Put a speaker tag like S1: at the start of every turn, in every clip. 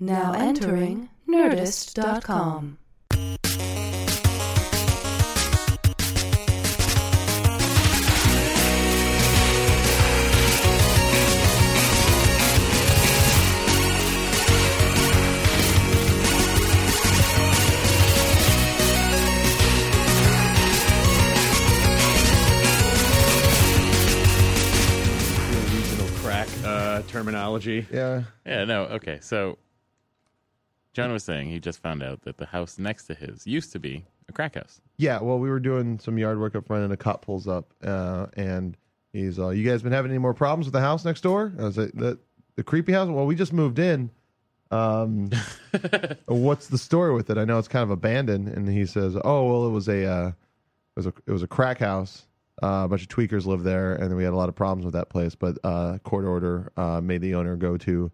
S1: Now entering Nerdist.com.
S2: regional crack uh, terminology.
S3: Yeah.
S4: Yeah, no, okay. So John was saying he just found out that the house next to his used to be a crack house.
S3: Yeah. Well, we were doing some yard work up front, and a cop pulls up, uh, and he's, uh, "You guys been having any more problems with the house next door?" I was like, "The the creepy house. Well, we just moved in. Um, what's the story with it? I know it's kind of abandoned." And he says, "Oh, well, it was a uh, it was a it was a crack house. Uh, a bunch of tweakers lived there, and we had a lot of problems with that place. But uh, court order uh, made the owner go to."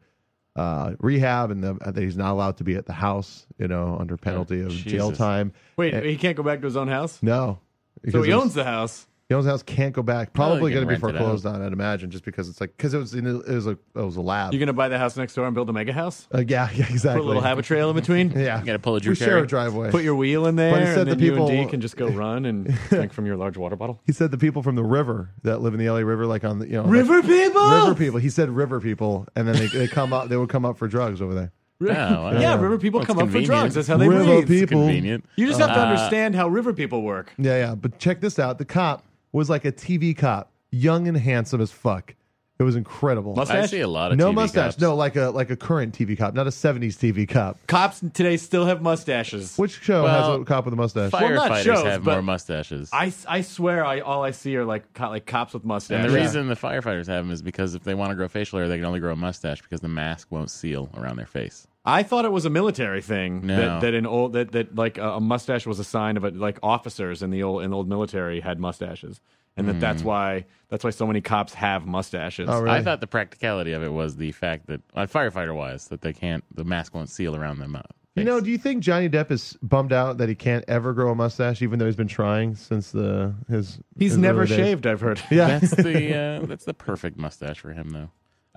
S3: Uh, rehab and the, that he's not allowed to be at the house, you know, under penalty of jail
S4: Jesus.
S3: time.
S2: Wait,
S3: Eh.
S2: he can't go back to his own house?
S3: No.
S2: So
S3: Because
S2: he
S3: it was-
S2: owns the house.
S3: he owns the house. Can't go back. Probably
S4: can
S3: going to be
S4: rent it
S3: foreclosed on. I'd imagine, just because it's like because it was in, a- it was a it was a lab.
S2: You're going to buy the house next door and build a mega house?
S3: Uh, yeah, yeah, exactly.
S2: Put a little habit trail in between?
S3: Yeah,
S4: You gotta pull a Drew
S3: We share
S4: Carey.
S3: a driveway.
S2: Put your wheel in there,
S3: But he said
S2: and then
S3: the
S2: you and
S3: people-
S2: D can just go run and drink from your large water bottle.
S3: he said the people from the river that live in the LA River, like on the you know
S2: River people?
S3: like- river people. He said river people, and then they, they come up. They would come up for drugs over there.
S4: No,
S2: Yeah, river people
S4: Oh, Well,
S2: come
S4: it's
S2: up for drugs.
S4: convenient. Uh,
S2: That's how they
S3: river
S2: breathe.
S4: It's
S3: people.
S4: convenient.
S2: You just have to understand how river people work.
S3: Yeah, yeah. But check this out. The cop was like a TV cop, young and handsome as fuck. It was incredible.
S2: Must-
S4: I see a lot of
S3: no
S4: TV
S3: mustache.
S4: cops.
S3: No, like a like a current TV cop, not a '70s TV cop.
S2: Cops today still have mustaches.
S3: Which show
S4: Well,
S3: has a cop with a mustache?
S2: Well,
S4: Firefighters
S2: not shows,
S4: have
S2: but-
S4: more mustaches.
S2: I, I swear, I all I see are like co- like cops with
S4: and
S2: mustaches.
S4: the reason the firefighters have them is because if they want to grow facial hair, they can only grow a mustache because the mask won't seal around their face.
S2: I thought it was a military thing
S4: No.
S2: that, that an old that, that like a, a mustache was a sign of it like officers in the old in the old military had mustaches and that that's why that's why so many cops have mustaches.
S3: Oh, really?
S4: I thought the practicality of it was the fact that, on firefighter wise, that they can't, the mask won't seal around them. uh,
S3: You know, do you think Johnny Depp is bummed out that he can't ever grow a mustache, even though he's been trying since the his?
S2: He's
S3: his
S2: never
S3: early days?
S2: shaved. I've heard.
S3: Yeah,
S4: that's the uh, that's the perfect mustache for him, though.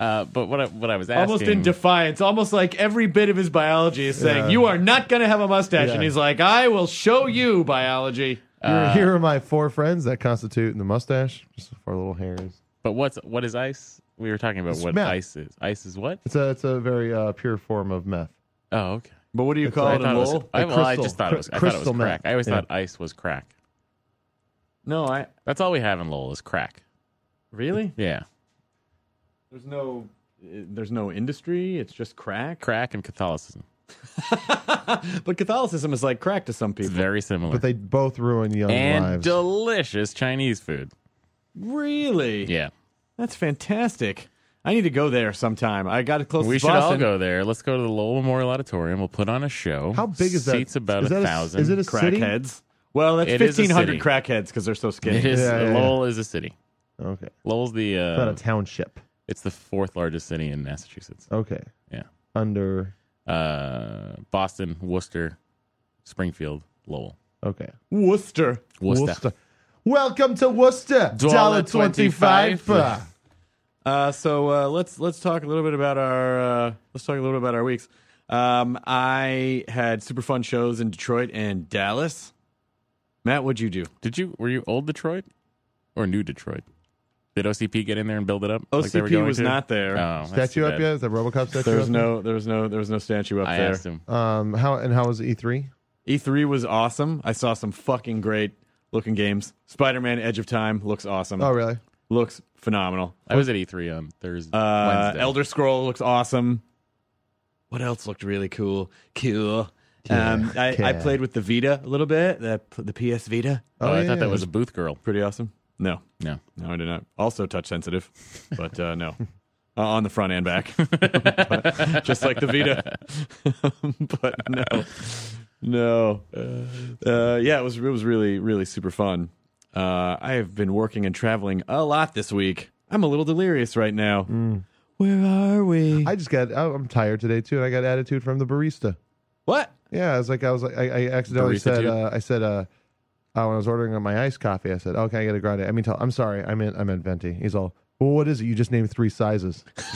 S4: Uh, but what I, what I was asking,
S2: Almost in defiance, almost like every bit of his biology is saying,
S3: Yeah.
S2: "You are not going to have a mustache," and
S3: Yeah.
S2: he's like, "I will show you biology."
S4: Uh,
S3: Here- here are my four friends that constitute the mustache. Just four little hairs.
S4: But what's what is ice? We were talking about
S3: It's
S4: what
S3: meth.
S4: ice is. Ice is what?
S3: It's a it's a very uh, pure form of meth.
S4: Oh, okay.
S2: But what do you call
S4: I
S2: it? A
S4: thought it was,
S2: mole?
S4: I,
S3: Like
S4: well, I
S3: crystal.
S4: just thought it was. I thought it was
S3: Crystal meth.
S4: crack. I always
S3: Yeah.
S4: thought ice was crack.
S2: No, I
S4: That's all we have in Lowell is crack.
S2: really.
S4: Yeah,
S2: There's no, eh, there's no industry. It's just crack.
S4: crack and Catholicism.
S2: But Catholicism is like crack to some
S4: It's
S2: people.
S4: very similar.
S3: But they both ruin young
S4: and
S3: lives.
S4: delicious Chinese food.
S2: Really?
S4: Yeah,
S2: That's fantastic. I need to go there sometime. I got it close
S4: we
S2: to
S4: should
S2: Boston.
S4: all go there. Let's go to the Lowell Memorial Auditorium. We'll put on a show.
S3: How big is that?
S4: Seats about
S3: Is that
S4: a
S3: a-
S4: thousand.
S3: is it a city?
S2: Crackheads. Well, that's
S4: It is a
S2: 1,500
S4: city.
S2: crackheads because they're so skinny.
S4: It is.
S3: Yeah, yeah, yeah.
S4: Lowell is a city.
S3: okay,
S4: Lowell's the.
S3: it's not
S4: Uh,
S3: a township.
S4: it's the fourth largest city in Massachusetts.
S3: Okay,
S4: Yeah.
S3: under
S4: Uh, Boston, Worcester, Springfield, Lowell.
S3: okay.
S2: Worcester.
S4: Worcester.
S3: Welcome to Worcester.
S4: Dollar
S3: Dollar twenty-five.
S4: $25.
S2: Uh, so uh, let's let's talk a little bit about our uh, let's talk a little bit about our weeks. Um, I had super fun shows in Detroit and Dallas. Matt, what'd you do?
S4: Did you were you old Detroit or new Detroit? Did OCP get in there and build it up? like they were
S2: OCP
S4: going
S2: was
S4: to?
S2: not there.
S4: Oh, that's
S3: Statue
S4: too
S3: up
S4: bad.
S3: yet? Is that RoboCop statue?
S2: there was
S3: up?
S2: no, there was no, there was no statue up
S4: I
S2: there.
S4: asked him.
S3: Um, how and how was E3?
S2: E3 was awesome. I saw some fucking great looking games. Spider Man Edge of Time looks awesome.
S3: Oh, really?
S2: Looks phenomenal.
S4: I was at E3 on Thursday.
S2: Uh,
S4: Wednesday.
S2: Elder Scroll looks awesome. What else looked really cool? Cool. um, I, I
S3: yeah.
S2: played with the Vita a little bit, the, the PS Vita.
S4: Oh, I thought that was a booth girl.
S2: Pretty awesome. No,
S4: No.
S2: no, I did not. Also touch sensitive, but uh, no. Uh, on the front and back, But just like the Vita, but no, no. Uh, yeah, it was it was really really super fun. Uh, I have been working and traveling a lot this week. I'm a little delirious right now. Where are we?
S3: I just got. I- I'm tired today too, and I got attitude from the barista.
S2: what?
S3: Yeah, I was like, I was like, I, I accidentally
S4: Barista
S3: said,
S4: too?
S3: uh, I said, uh, uh, when I was ordering my iced coffee, I said, okay, I get a grande. I mean, tell, I'm sorry, I meant, I meant venti. He's all, well, what is it? You just named three sizes. I,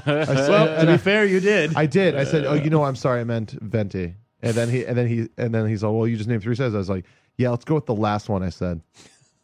S3: said,
S2: Well, to
S3: and
S2: be
S3: I,
S2: fair, you did.
S3: I did. I said, oh, you know, I'm sorry, I meant venti. And then he, and then he, and then he's all, well, you just named three sizes. I was like, yeah, let's go with the last one I said.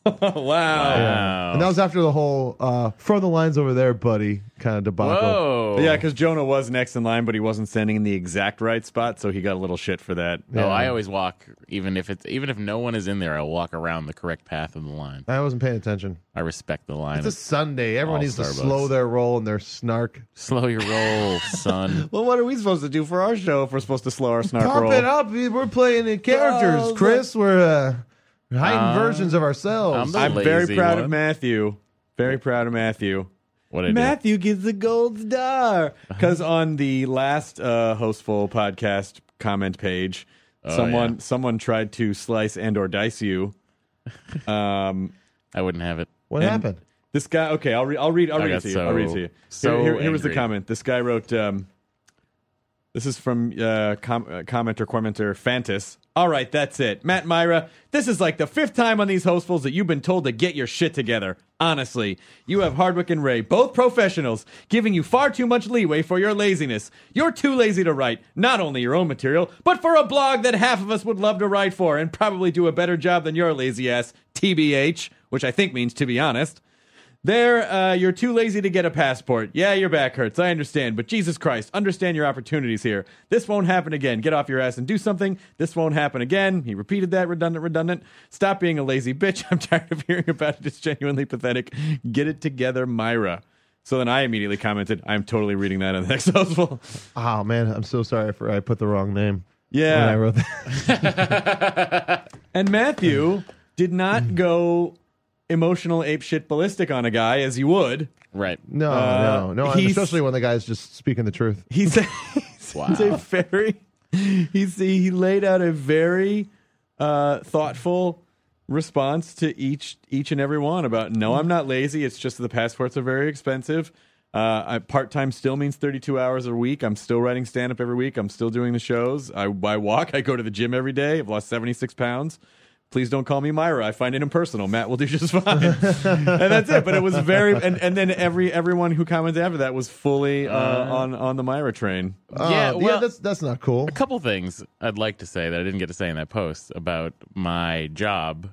S2: wow.
S4: Wow.
S3: And that was after the whole uh, from the lines over there, buddy, kind of debacle.
S4: Whoa.
S2: Yeah, because Jonah was next in line, but he wasn't standing in the exact right spot, so he got a little shit for that.
S4: No, Oh, I always walk even if it's even if no one is in there. I walk around the correct path of the line.
S3: I wasn't paying attention.
S4: I respect the line.
S3: It's a Sunday. Everyone
S4: All
S3: needs to
S4: Starbucks.
S3: slow their roll and their snark.
S4: Slow your roll, son.
S2: Well, what are we supposed to do for our show if we're supposed to slow our snark
S3: Pump
S2: roll?
S3: it up. We're playing in characters,
S2: Oh,
S3: Chris. We're uh, we're hiding
S4: Uh,
S3: versions of
S4: I'm
S3: ourselves.
S4: the
S2: I'm very
S4: lazy
S2: proud
S4: one.
S2: of Matthew. Very proud of Matthew.
S4: What I do? Uh-huh.
S2: Matthew gets a gold star because on the last uh, hostful podcast comment page,
S4: Oh,
S2: someone
S4: yeah.
S2: someone tried to slice and or dice you. Um,
S4: I wouldn't have it.
S3: what
S2: and-
S3: happened?
S2: this guy. Okay, I'll read. I'll read. I'll
S4: I
S2: read it
S4: got
S2: to you.
S4: so-
S2: I'll read it to you.
S4: so
S2: here, here, here was the
S4: angry.
S2: comment. This guy wrote. Um, this is from uh, com- uh, commenter commenter Fantas. All right, that's it, Matt Myra. This is like the fifth time on these hostfuls that you've been told to get your shit together. Honestly, you have Hardwick and Ray, both professionals, giving you far too much leeway for your laziness. You're too lazy to write not only your own material, but for a blog that half of us would love to write for and probably do a better job than your lazy ass, TBH, which I think means to be honest. There, uh, you're too lazy to get a passport. Yeah, your back hurts. I understand, but Jesus Christ, understand your opportunities here. This won't happen again. Get off your ass and do something. This won't happen again. He repeated that redundant, redundant. Stop being a lazy bitch. I'm tired of hearing about it. It's genuinely pathetic. Get it together, Myra. So then I immediately commented, "I'm totally reading that on the next hostful."
S3: Oh man, I'm so sorry for I put the wrong name.
S2: Yeah,
S3: when I wrote that.
S2: And Matthew did not go emotional ape shit ballistic on a guy as you would.
S4: Right.
S3: No,
S2: Uh,
S3: no, no.
S2: he's-
S3: Especially when the guy's just speaking the truth.
S2: He's a, he's a very he's he laid out a very uh, thoughtful response to each each and every one about no I'm not lazy it's just the passports are very expensive uh, I, part-time still means 32 hours a week I'm still writing stand-up every week I'm still doing the shows I, I walk I go to the gym every day I've lost 76 pounds please don't call me Myra. I find it impersonal. Matt will do just fine. and that's it. But it was very and, and then every everyone who commented after that was fully uh, on on the Myra train.
S3: Uh,
S4: yeah. Well,
S3: that's that's not cool.
S4: a couple things I'd like to say that I didn't get to say in that post about my job,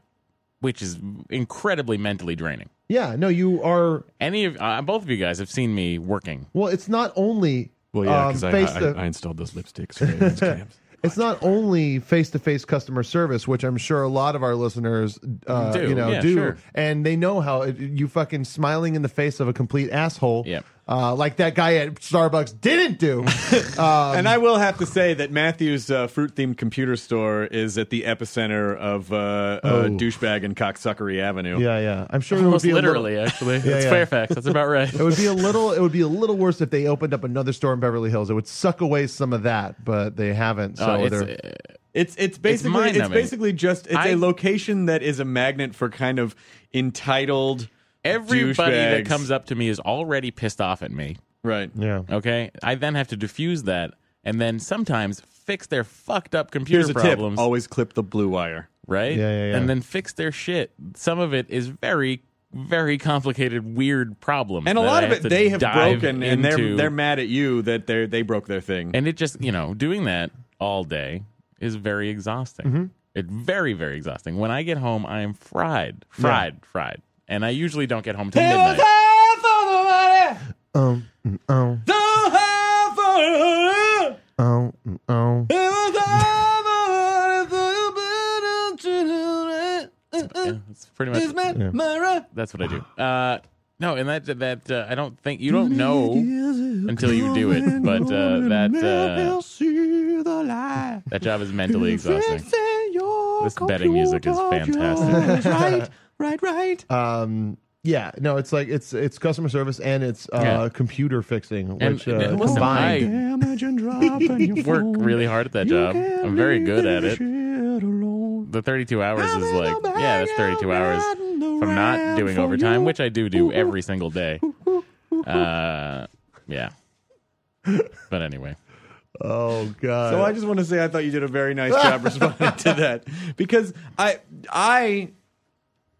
S4: which is incredibly mentally draining.
S3: Yeah, no, you are.
S4: Any of uh, both of you guys have seen me working.
S3: Well, it's not only um, face to-
S2: installed those lipsticks. For
S3: It's not only face to face customer service, which I'm sure a lot of our listeners, uh,
S4: Do,
S3: you know,
S4: yeah,
S3: do,
S4: sure.
S3: and they know how it, you fucking smiling in the face of a complete asshole,
S4: Yep.
S3: uh, like that guy at Starbucks didn't do. Um,
S2: and I will have to say that Matthew's uh, fruit themed computer store is at the epicenter of uh, uh, douchebag and cocksuckery Avenue.
S3: Oh. yeah, yeah, I'm sure it would
S4: Almost
S3: be a little-
S4: literally, actually. It's
S3: yeah.
S4: Fairfax. That's about right.
S3: it would be a little. It would be a little worse if they opened up another store in Beverly Hills. It would suck away some of that, but they haven't. So
S4: Uh, it's,
S3: they're.
S4: uh,
S2: It's it's basically it's,
S4: mind-numbing.
S2: basically just it's a
S4: I-
S2: location that is a magnet for kind of entitled
S4: everybody that
S2: douchebags.
S4: comes up to me is already pissed off at me.
S2: right.
S3: yeah.
S4: Okay, I then have to diffuse that, and then sometimes fix their fucked up computer
S2: Here's a
S4: problems.
S2: tip: always clip the blue wire.
S4: right?
S3: Yeah, yeah, yeah.
S4: And then fix their shit. Some of it is very, very complicated, weird problems,
S2: And a
S4: that
S2: lot
S4: I
S2: of it
S4: to
S2: they have
S4: dive
S2: broken, and they're
S4: into.
S2: they're mad at you that they they broke their thing. Mm-hmm.
S4: and it just you know doing that all day is very exhausting. It's very, very exhausting. When I get home, I am fried, fried, fried, and I usually don't get home till midnight.
S3: Um, mm, oh, oh, mm, oh.
S4: Yeah, that's pretty much.
S3: Yeah.
S4: That's what I do. Uh, no, and that that uh, I don't think you don't know until you do it, but uh, that uh, that job is mentally exhausting. This betting music is fantastic.
S3: Um, yeah, no, it's like it's it's customer service and it's uh,
S4: Yeah.
S3: computer fixing,
S4: And-
S3: which
S4: and
S3: uh,
S4: listen,
S3: combined.
S4: I work really hard at that job. I'm very good at it. The 32 hours is like, yeah, that's 32 hours. If I'm not doing overtime, which I do do every single day. Uh, yeah. But anyway,
S3: Oh god!
S4: Uh,
S2: So I just want to say I thought you did a very nice job responding to that because I I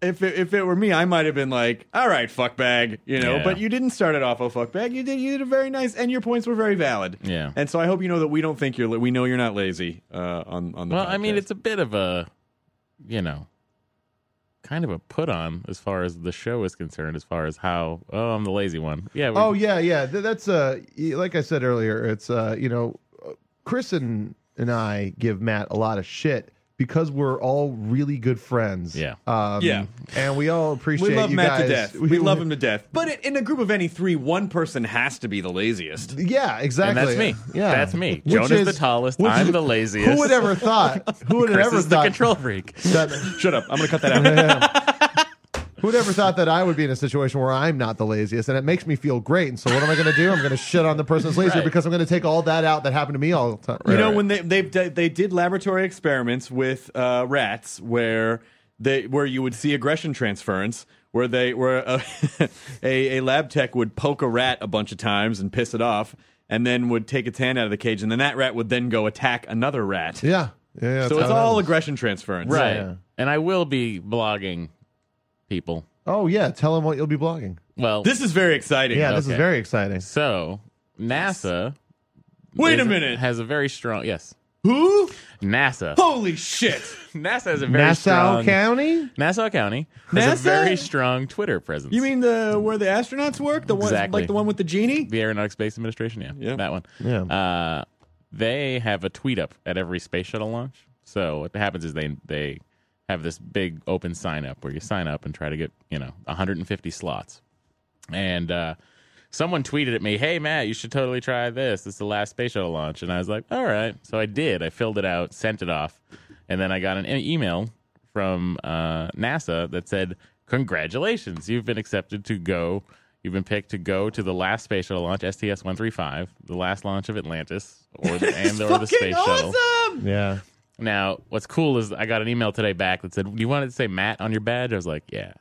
S2: if it, if it were me I might have been like all right fuck bag you know
S4: Yeah.
S2: but you didn't start it off oh fuck bag you did you did a very nice and your points were very valid
S4: Yeah.
S2: and so I hope you know that we don't think you're la- we know you're not lazy uh, on on the
S4: well, I mean,
S2: podcast.
S4: it's a bit of a, you know, kind of a put on as far as the show is concerned, as far as how, oh, I'm the lazy one. Yeah. we-
S3: Oh yeah, yeah. Th- That's uh, y- like I said earlier. It's uh, you know, uh, Chris and and I give Matt a lot of shit because we're all really good friends.
S4: Yeah.
S3: um,
S2: Yeah.
S3: and we all appreciate.
S2: we love
S3: you
S2: Matt
S3: guys.
S2: to death we, love him to death but it, in a group of any three one person has to be the laziest
S3: Yeah,
S4: and
S3: exactly.
S4: that's me.
S3: Yeah,
S4: That's me.
S3: Which
S4: Jonah's the
S3: is-
S4: tallest.
S3: which-
S4: I'm the laziest.
S3: Who would ever thought? Who would
S4: Chris
S3: ever
S4: is the
S3: thought?
S4: control freak.
S3: that-
S2: shut up I'm gonna cut that out
S3: Who'd ever thought that I would be in a situation where I'm not the laziest? And it makes me feel great. And so what am I going to do? I'm going to shit on the person's lazier
S4: Right.
S3: because I'm going to take all that out that happened to me all the time.
S2: You know
S4: Right.
S2: when they they they did laboratory experiments with uh, rats where they where you would see aggression transference where they where a, a a lab tech would poke a rat a bunch of times and piss it off and then would take its hand out of the cage and then that rat would then go attack another rat.
S3: Yeah. Yeah. yeah, that's
S2: so it's
S3: how it
S2: all
S3: happens.
S2: aggression transference.
S4: Right.
S3: Yeah.
S4: And I will be blogging people.
S3: Oh, yeah. Tell them what you'll be blogging.
S4: Well,
S2: This is very exciting.
S3: Yeah. This is
S4: Okay.
S3: very exciting.
S4: so NASA.
S2: Wait a
S4: is-
S2: minute.
S4: Has a very strong yes.
S2: Who?
S4: NASA.
S2: Holy shit.
S4: NASA has a very
S3: Nassau
S4: strong
S3: County?
S4: Nassau County has
S2: NASA?
S4: a very strong Twitter presence.
S2: You mean the where the astronauts work? The one
S4: Exactly.
S2: like the one with the genie?
S4: the Aeronautics Space Administration? Yeah,
S2: Yeah.
S4: that one.
S3: Yeah.
S4: Uh, they have a tweet up at every space shuttle launch. So what happens is they they have this big open sign up where you sign up and try to get you know 150 slots. And uh, someone tweeted at me, "Hey Matt, you should totally try this. This is the last space shuttle launch." And I was like, "All right." So I did. I filled it out, sent it off, and then I got an e- email from uh, NASA that said, "Congratulations, you've been accepted to go. You've been picked to go to the last space shuttle launch, STS-135, the last launch of Atlantis, or the, and or the space shuttle."
S2: awesome.
S3: Yeah.
S4: Now, what's cool is I got an email today back that said, "Do you want it to say Matt on your badge?" I was like, "Yeah."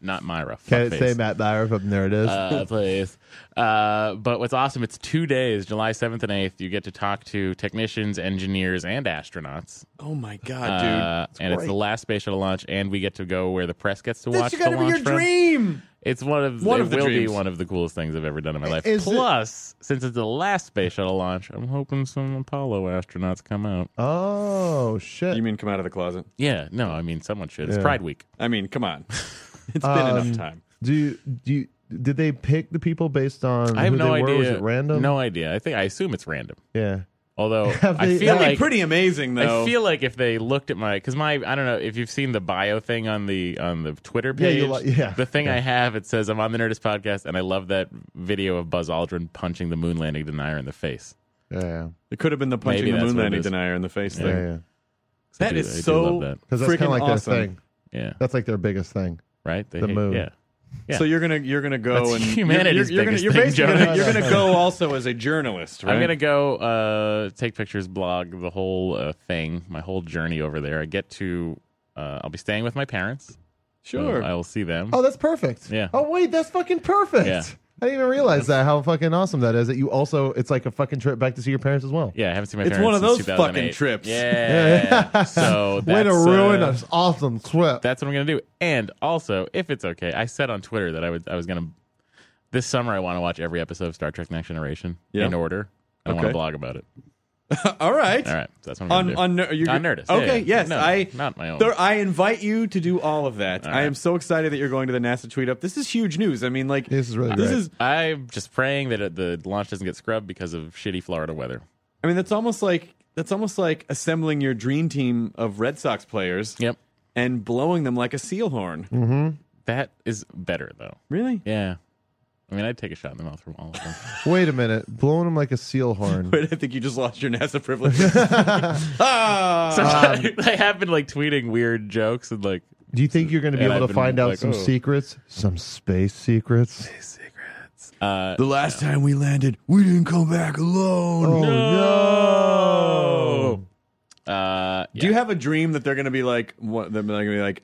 S4: Not Myra.
S3: Can it
S4: fuckface
S3: say Matt Byer up there? It is.
S4: uh, please. Uh, but what's awesome, it's two days, July 7th and 8th. You get to talk to technicians, engineers, and astronauts.
S2: Oh my god, dude.
S4: Uh, and it's the last space shuttle launch, and we get to go where the press gets to
S2: That's
S4: watch the
S2: gotta be
S4: launch
S2: your
S4: from.
S2: dream.
S4: It's one of
S2: One
S4: it
S2: of the
S4: will
S2: dreams.
S4: be one of the coolest things I've ever done in my life.
S3: Is it-
S4: Plus, since it's the last space shuttle launch, I'm hoping some Apollo astronauts come out.
S3: oh, shit.
S2: You mean come out of the closet?
S4: Yeah, no, I mean someone should. It's
S3: Yeah.
S4: Pride Week.
S2: I mean, come on. It's been
S3: Um,
S2: enough time.
S3: do, you- do you. Did they pick the people based on
S4: I have
S3: who
S4: no
S3: they
S4: idea.
S3: were? Was it random?
S4: No idea. I think I assume it's random.
S3: Yeah.
S4: Although
S3: Have
S4: I
S3: they-
S4: feel
S3: That'd
S2: That'd
S4: like
S2: be pretty amazing, though.
S4: I feel like if they looked at my because my I don't know if you've seen the bio thing on the on the Twitter
S3: Yeah,
S4: page.
S3: you li- yeah.
S4: The thing I have it says I'm on the Nerdist podcast and I love that video of Buzz Aldrin punching the moon landing denier in the face.
S3: Yeah. Yeah.
S2: it could have been the punching
S4: Maybe
S2: the
S4: that's
S2: moon
S4: what it
S2: landing
S4: is.
S2: denier in the face
S3: Yeah.
S2: thing.
S3: yeah.
S4: So I
S2: That
S4: do-
S2: is
S4: I do
S2: so
S4: love that.
S3: Because that's
S2: freaking
S3: kind of like
S2: awesome.
S3: their thing.
S4: yeah
S3: That's like their biggest thing.
S4: right they
S3: the
S4: hate-
S3: moon.
S4: yeah Yeah.
S2: So you're gonna you're gonna go
S4: That's
S2: and
S4: humanity's
S2: you're, you're,
S4: biggest
S2: you're
S4: thing,
S2: gonna, you're basically
S4: Jonah.
S2: gonna, you're gonna go also as a journalist, right?
S4: I'm gonna go uh, take pictures, blog the whole uh, thing, my whole journey over there. I get to uh, I'll be staying with my parents. so
S2: sure.
S4: I will see them.
S3: Oh, that's perfect.
S4: Yeah.
S3: Oh, wait, that's fucking perfect.
S4: Yeah.
S3: I didn't even realize that how fucking awesome that is. That you also it's like a fucking trip back to see your parents as well.
S4: Yeah, I haven't seen my
S2: It's
S4: parents.
S2: one of
S4: since
S2: those fucking
S4: 2008.
S2: trips.
S4: Yeah. so
S3: Way
S4: that's,
S3: to ruin
S4: uh,
S3: an awesome trip.
S4: That's what I'm gonna do. And also, if it's okay, I said on Twitter that I would I was gonna this summer I want to watch every episode of Star Trek Next Generation
S2: Yeah.
S4: in order. I want
S2: Okay.
S4: to blog about it.
S2: All right.
S4: All right, so that's what I'm
S2: On
S4: gonna do.
S2: on Ner- you
S4: On Nerdist, yeah,
S2: Okay.
S4: yeah.
S2: Yes.
S4: No,
S2: I
S4: not my own.
S2: there- I invite you to do all of that.
S4: All
S2: I
S4: right.
S2: am so excited that you're going to the NASA tweet up. This is huge news. I mean, like
S3: This is really
S2: this
S3: great.
S2: is.
S4: I'm just praying that it, the launch doesn't get scrubbed because of shitty Florida weather.
S2: I mean, that's almost like that's almost like assembling your dream team of Red Sox players
S4: Yep.
S2: and blowing them like a seal horn.
S4: That is better though.
S2: Really?
S4: Yeah. I mean, I'd take a shot in the mouth from all of them.
S3: Wait a minute, blowing him like a seal horn.
S2: But I think you just lost your NASA privilege. ah!
S4: Sometimes I have been like tweeting weird jokes and like
S3: Do you think you're going to be
S4: And
S3: able
S4: I've
S3: to
S4: been
S3: find out
S4: like,
S3: some
S4: oh.
S3: secrets, some space secrets?
S4: uh
S2: the last time we landed, we didn't come back alone.
S3: Oh
S2: Oh.
S4: no.
S3: no!
S4: uh
S2: Do you have a dream that they're going to be like, what, they're going to be like,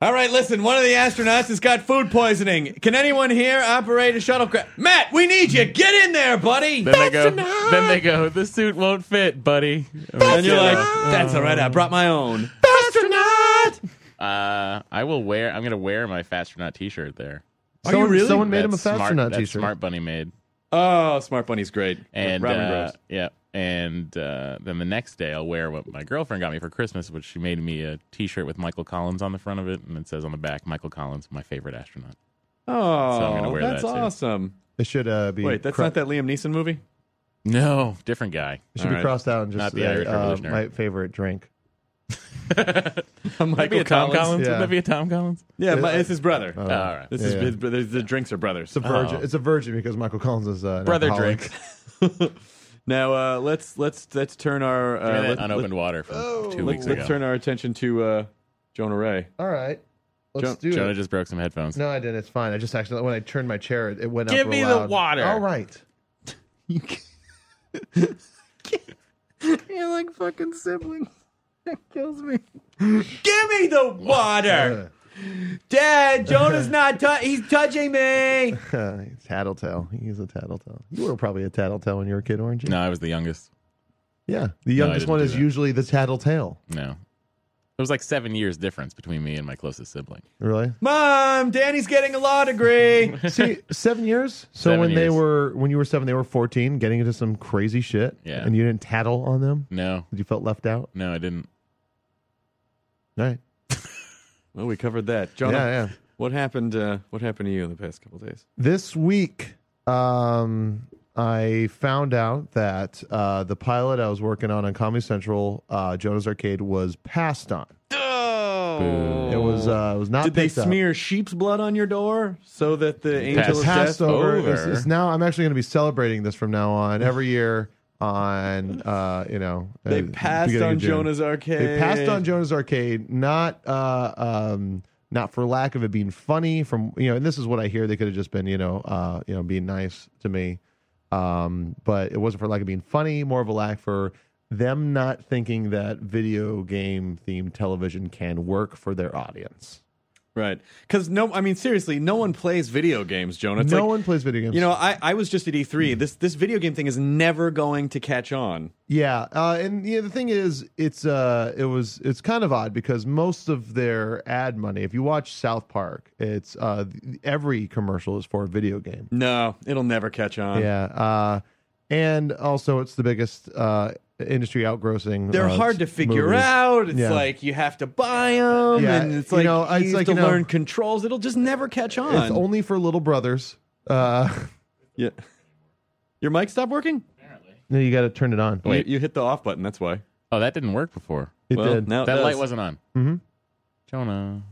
S2: all right, listen, one of the astronauts has got food poisoning. Can anyone here operate a shuttlecraft? Matt, we need you. Get in there, buddy.
S4: then they go then they go the suit won't fit, buddy.
S2: and you're like, that's all right. I brought my own. Astronaut.
S4: uh I will wear I'm going to wear my Fastronaut t-shirt there.
S2: Are
S3: someone,
S2: you really?
S3: Someone made him a
S4: That's smart,
S3: Fastronaut
S4: that
S3: t-shirt.
S4: Smart Bunny made.
S2: Oh, Smart Bunny's great.
S4: And
S2: Robin
S4: uh,
S2: Gross.
S4: yeah, and uh, then the next day I'll wear what my girlfriend got me for Christmas, which she made me a T-shirt with Michael Collins on the front of it, and it says on the back, "Michael Collins, my favorite astronaut."
S2: Oh,
S4: I'm gonna wear
S2: that's
S4: that, too.
S2: awesome.
S3: It should uh, be
S2: Wait, that's
S3: cro-
S2: not that Liam Neeson movie?
S4: No, different guy.
S3: It should
S2: All
S3: be
S2: right.
S3: crossed out and just
S4: Not the
S3: say,
S4: Irish
S3: uh,
S4: Revolutionary.
S3: my favorite drink.
S2: Michael
S4: Would that be a Tom Collins? Would
S3: Yeah.
S4: that be a Tom Collins?
S2: Yeah, my, it's his brother.
S3: Oh.
S4: all right.
S2: this
S3: yeah,
S2: is
S3: yeah.
S2: his brother. The drinks are brothers.
S3: It's a virgin. It's a virgin because Michael Collins is uh, an
S4: Oh. Brother
S3: alcoholic.
S4: drink.
S2: now uh, let's let's let's turn our uh,
S4: I mean, that
S2: let,
S4: unopened water from two
S2: let,
S4: weeks
S2: let's
S4: ago.
S2: turn our attention to uh, Jonah Ray.
S3: All right, let's
S2: Jo-
S3: do
S4: Jonah
S3: it.
S4: just broke some headphones.
S3: No, I didn't. It's fine. I just accidentally when I turned my chair, it, it went
S4: Give
S3: up.
S4: me
S3: real
S4: the
S3: loud.
S4: water.
S3: All right.
S2: You're like fucking siblings. That kills me. Give me the
S3: Uh,
S2: water, Dad. Jonah's not. tou he's touching me.
S3: it's tattletale. He's a tattletale. You were probably a tattletale when you were a kid, weren't you?
S4: No, I was the youngest.
S3: Yeah. The
S4: No, I
S3: youngest
S4: didn't
S3: one
S4: do
S3: is
S4: that.
S3: usually the tattletale.
S4: No, there was like seven years difference between me and my closest sibling.
S3: Really?
S2: Mom, Danny's getting a law degree.
S3: See, seven years. So
S4: Seven
S3: when they
S4: years.
S3: were when you were seven, they were fourteen, getting into some crazy shit.
S4: Yeah.
S3: And you didn't tattle on them.
S4: No,
S3: You felt left out.
S4: no, I didn't.
S3: All right.
S2: well, we covered that.
S3: Yeah,
S2: Jonah,
S3: yeah.
S2: what happened? Uh, what happened to you in the past couple days?
S3: This week, um, I found out that uh, the pilot I was working on on Comedy Central, uh, Jonah's Arcade, was passed on.
S2: Oh.
S3: It was uh, it was not.
S2: Did they
S3: picked up.
S2: smear sheep's blood on your door so that the angel of
S3: passed
S2: death?
S3: over.
S4: over.
S3: It's, it's now I'm actually going to be celebrating this from now on every year on uh, you know
S2: They
S3: uh,
S2: passed
S3: beginning of
S2: on
S3: June.
S2: Jonah's Arcade.
S3: They passed on Jonah's Arcade, not uh, um, not for lack of it being funny. From you know, and this is what I hear. They could have just been you know uh, you know being nice to me, um, but it wasn't for lack of being funny. More of a lack for them not thinking that video game themed television can work for their audience.
S2: Right. Because, no, I mean, seriously, no one plays video games, Jonah. It's
S3: no
S2: like,
S3: one plays video games.
S2: You know, I, I was just at E3. This this video game thing is never going to catch on.
S3: Yeah, uh, and you know, the thing is, it's uh, it was it's kind of odd because most of their ad money, if you watch South Park, it's uh, th- every commercial is for a video game.
S2: No, it'll never catch on.
S3: Yeah, uh, and also it's the biggest uh, industry outgrossing.
S2: They're
S3: uh,
S2: hard to figure
S3: movies.
S2: out. It's
S3: Yeah.
S2: like you have to buy them,
S3: Yeah,
S2: and it's
S3: you
S2: like you,
S3: know, it's
S2: have
S3: like,
S2: to
S3: you know-
S2: learn controls. It'll just never catch on.
S3: It's only for little brothers. Uh,
S2: yeah. Your mic stopped working?
S3: no, you got to turn it on.
S4: Wait.
S2: You, you hit the off button. That's why.
S4: Oh, that didn't work before.
S3: it
S2: Well,
S3: did.
S2: now it
S4: that
S2: does. Mm-hmm.
S4: light wasn't on.
S3: Mhm.
S4: Jonah.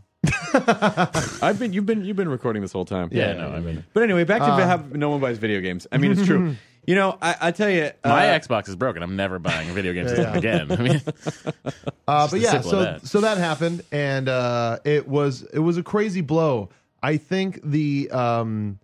S2: I've been you've been you've been recording this whole time.
S4: Yeah, no, I mean,
S2: But anyway, back to
S3: Um,
S2: how no one buys video games. I mean, it's true. You know, I, I tell you, uh,
S4: my Xbox is broken. I'm never buying a video game system
S3: Yeah.
S4: again. I mean,
S3: Uh,
S4: Just as
S3: but yeah,
S4: simple
S3: so
S4: as that.
S3: so that happened, and uh, it was it was a crazy blow. I think the um,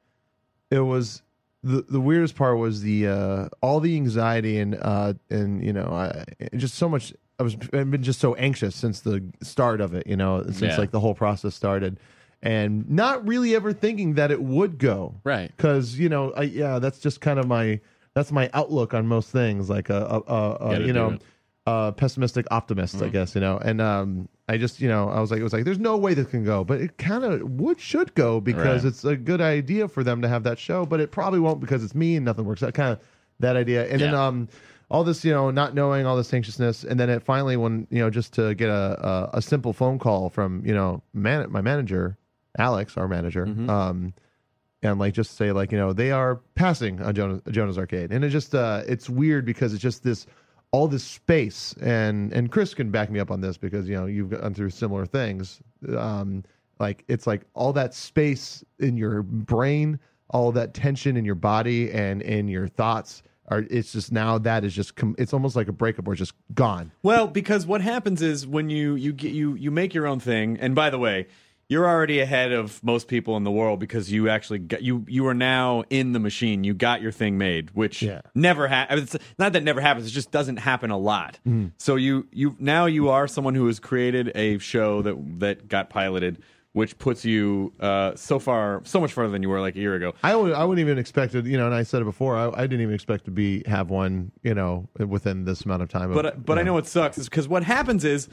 S3: it was the the weirdest part was the uh, all the anxiety and uh, and you know I, it just so much. I was I've been just so anxious since the start of it. You know, since
S4: Yeah.
S3: like the whole process started, and not really ever thinking that it would go
S4: right.
S3: because you know I, yeah that's just kind of my that's my outlook on most things like a, a, a, a
S4: Gotta
S3: you
S4: do
S3: know
S4: it.
S3: uh pessimistic optimist
S4: Mm-hmm.
S3: i guess you know and um i just you know i was like it was like there's no way this can go but it kind of would should go because
S4: Right.
S3: it's a good idea for them to have that show but it probably won't because it's me and nothing works that kind of that idea and then
S4: Yeah.
S3: um all this, you know, not knowing all this anxiousness, and then it finally, when you know, just to get a a, a simple phone call from you know, man, my manager, Alex, our manager,
S4: Mm-hmm.
S3: um, and like just say like you know they are passing on Jonah, Jonah's Arcade, and it just uh, it's weird because it's just this all this space, and and Chris can back me up on this because you know you've gone through similar things. Um, like it's like all that space in your brain, all that tension in your body and in your thoughts are it's just now that is just com- it's almost like a breakup where it's just gone.
S2: Well, because what happens is when you you get you you make your own thing, and by the way, you're already ahead of most people in the world because you actually got, you you are now in the machine. You got your thing made, which
S3: Yeah.
S2: never happens. It's not that never happens; it just doesn't happen a lot. So you you now you are someone who has created a show that that got piloted, which puts you uh, so far so much farther than you were like a year ago.
S3: I w- I wouldn't even expect it, you know. And I said it before. I, I didn't even expect to be have one, you know, within this amount of time.
S2: But uh, but I know it sucks is because what happens is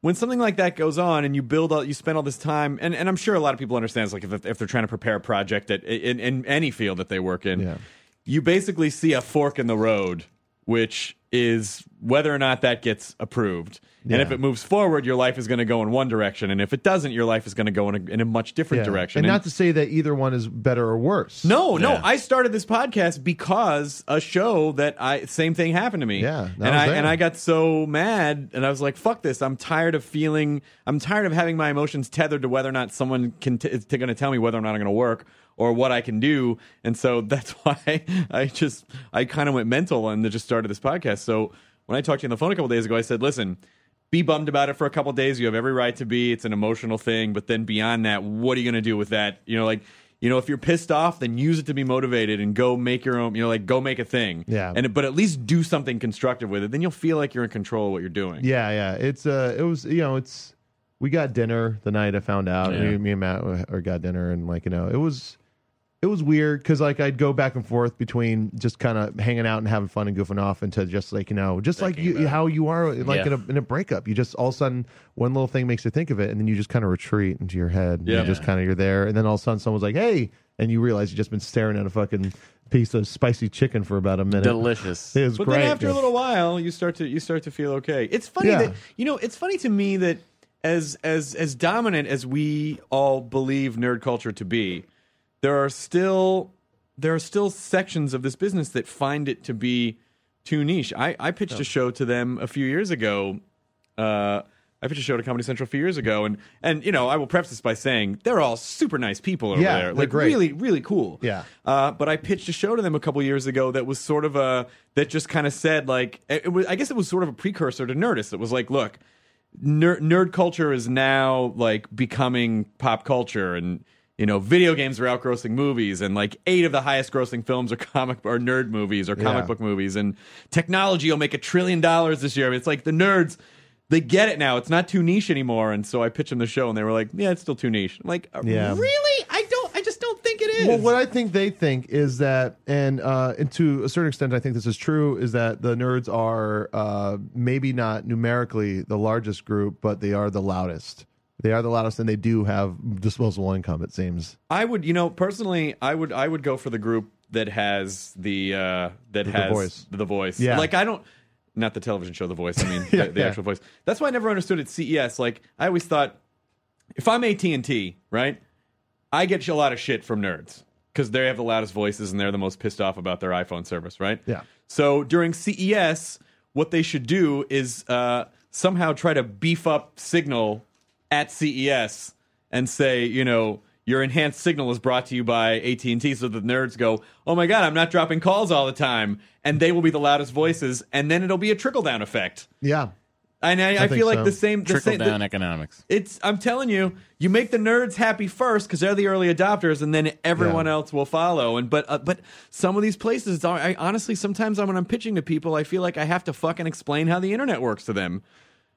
S2: when something like that goes on and you build all you spend all this time and, and I'm sure a lot of people understand this, like if, if they're trying to prepare a project that in, in any field that they work in,
S3: Yeah.
S2: you basically see a fork in the road, which is whether or not that gets approved. And if
S3: Yeah.
S2: it moves forward, your life is going to go in one direction, and if it doesn't, your life is going to go in a, in a much different direction.
S3: and,
S2: And-
S3: not to say that either one is better or worse.
S2: no, no.
S4: Yeah.
S2: I started this podcast because a show that I same thing happened to me.
S3: Yeah, that
S2: and
S3: was
S2: I
S3: there.
S2: and I got so mad, and I was like, "Fuck this! I'm tired of feeling. I'm tired of having my emotions tethered to whether or not someone can t- is going to tell me whether or not I'm going to work or what I can do." And so that's why I just I kind of went mental and then just started this podcast. So when I talked to you on the phone a couple days ago, I said, "Listen." be bummed about it for a couple days. You have every right to be. It's an emotional thing, but then beyond that, what are you going to do with that? You know, like you know, if you're pissed off, then use it to be motivated and go make your own. You know, like go make a thing.
S3: Yeah.
S2: And but at least do something constructive with it. Then you'll feel like you're in control of what you're doing.
S3: Yeah, yeah. It's uh, it was you know, it's we got dinner the night I found out.
S4: Yeah.
S3: Me, me and Matt uh, or got dinner and like you know, it was it was weird because like I'd go back and forth between just kind of hanging out and having fun and goofing off into just like you know, just
S4: Thinking
S3: like you
S4: about
S3: how you are like
S4: Yeah.
S3: in, a, in a breakup. You just all of a sudden one little thing makes you think of it, and then you just kind of retreat into your head. and you
S2: Yeah.
S3: just kind of you're there, and then all of a sudden someone's like, hey, and you realize you've just been staring at a fucking piece of spicy chicken for about a minute.
S4: Delicious.
S3: It was
S2: But
S3: great.
S2: then after a little while, you start to you start to feel okay. It's funny
S3: Yeah.
S2: that you know it's funny to me that as as as dominant as we all believe nerd culture to be, there are still there are still sections of this business that find it to be too niche. I I pitched
S3: Oh.
S2: a show to them a few years ago. Uh, I pitched a show to Comedy Central a few years ago, and and you know I will preface this by saying they're all super nice people over
S3: Yeah,
S2: there,
S3: they're
S2: like
S3: great.
S2: really really cool.
S3: Yeah.
S2: Uh, but I pitched a show to them a couple years ago that was sort of a that just kind of said like it, it was. I guess it was sort of a precursor to Nerdist. It was like, look, nerd, nerd culture is now like becoming pop culture, and you know, video games are outgrossing movies, and like eight of the highest grossing films are comic or nerd movies or comic
S3: Yeah.
S2: book movies, and technology will make a trillion dollars this year. I mean, it's like the nerds. They get it now. It's not too niche anymore. And so I pitched them the show, and they were like, "Yeah, it's still too niche." I'm like,
S3: Yeah.
S2: "Really? I don't. I just don't think it is."
S3: Well, what I think they think is that, and uh, and to a certain extent, I think this is true, is that the nerds are uh, maybe not numerically the largest group, but they are the loudest. They are the loudest, and they do have disposable income. It seems.
S2: I would, you know, personally, I would, I would go for the group that has the uh that
S3: The
S2: has
S3: Voice.
S2: the voice.
S3: Yeah.
S2: like I don't, not the television show, the voice. I mean,
S3: Yeah,
S2: the, the
S3: yeah.
S2: actual voice. That's why I never understood at CES. Like I always thought, if I'm AT and T, right, I get a lot of shit from nerds because they have the loudest voices and they're the most pissed off about their iPhone service, right?
S3: Yeah.
S2: So during CES, what they should do is uh, somehow try to beef up signal at CES and say, you know, your enhanced signal is brought to you by AT&T so the nerds go, "Oh my god, I'm not dropping calls all the time." And they will be the loudest voices and then it'll be a trickle-down effect.
S3: Yeah.
S2: And I, I,
S3: think
S2: feel like
S3: so.
S2: the same the
S4: Trickle
S2: same the-
S4: down economics.
S2: it's I'm telling you, you make the nerds happy first because they're the early adopters, and then everyone
S3: Yeah.
S2: else will follow. And but uh, but some of these places, are, I honestly sometimes when I'm pitching to people, I feel like I have to fucking explain how the internet works to them.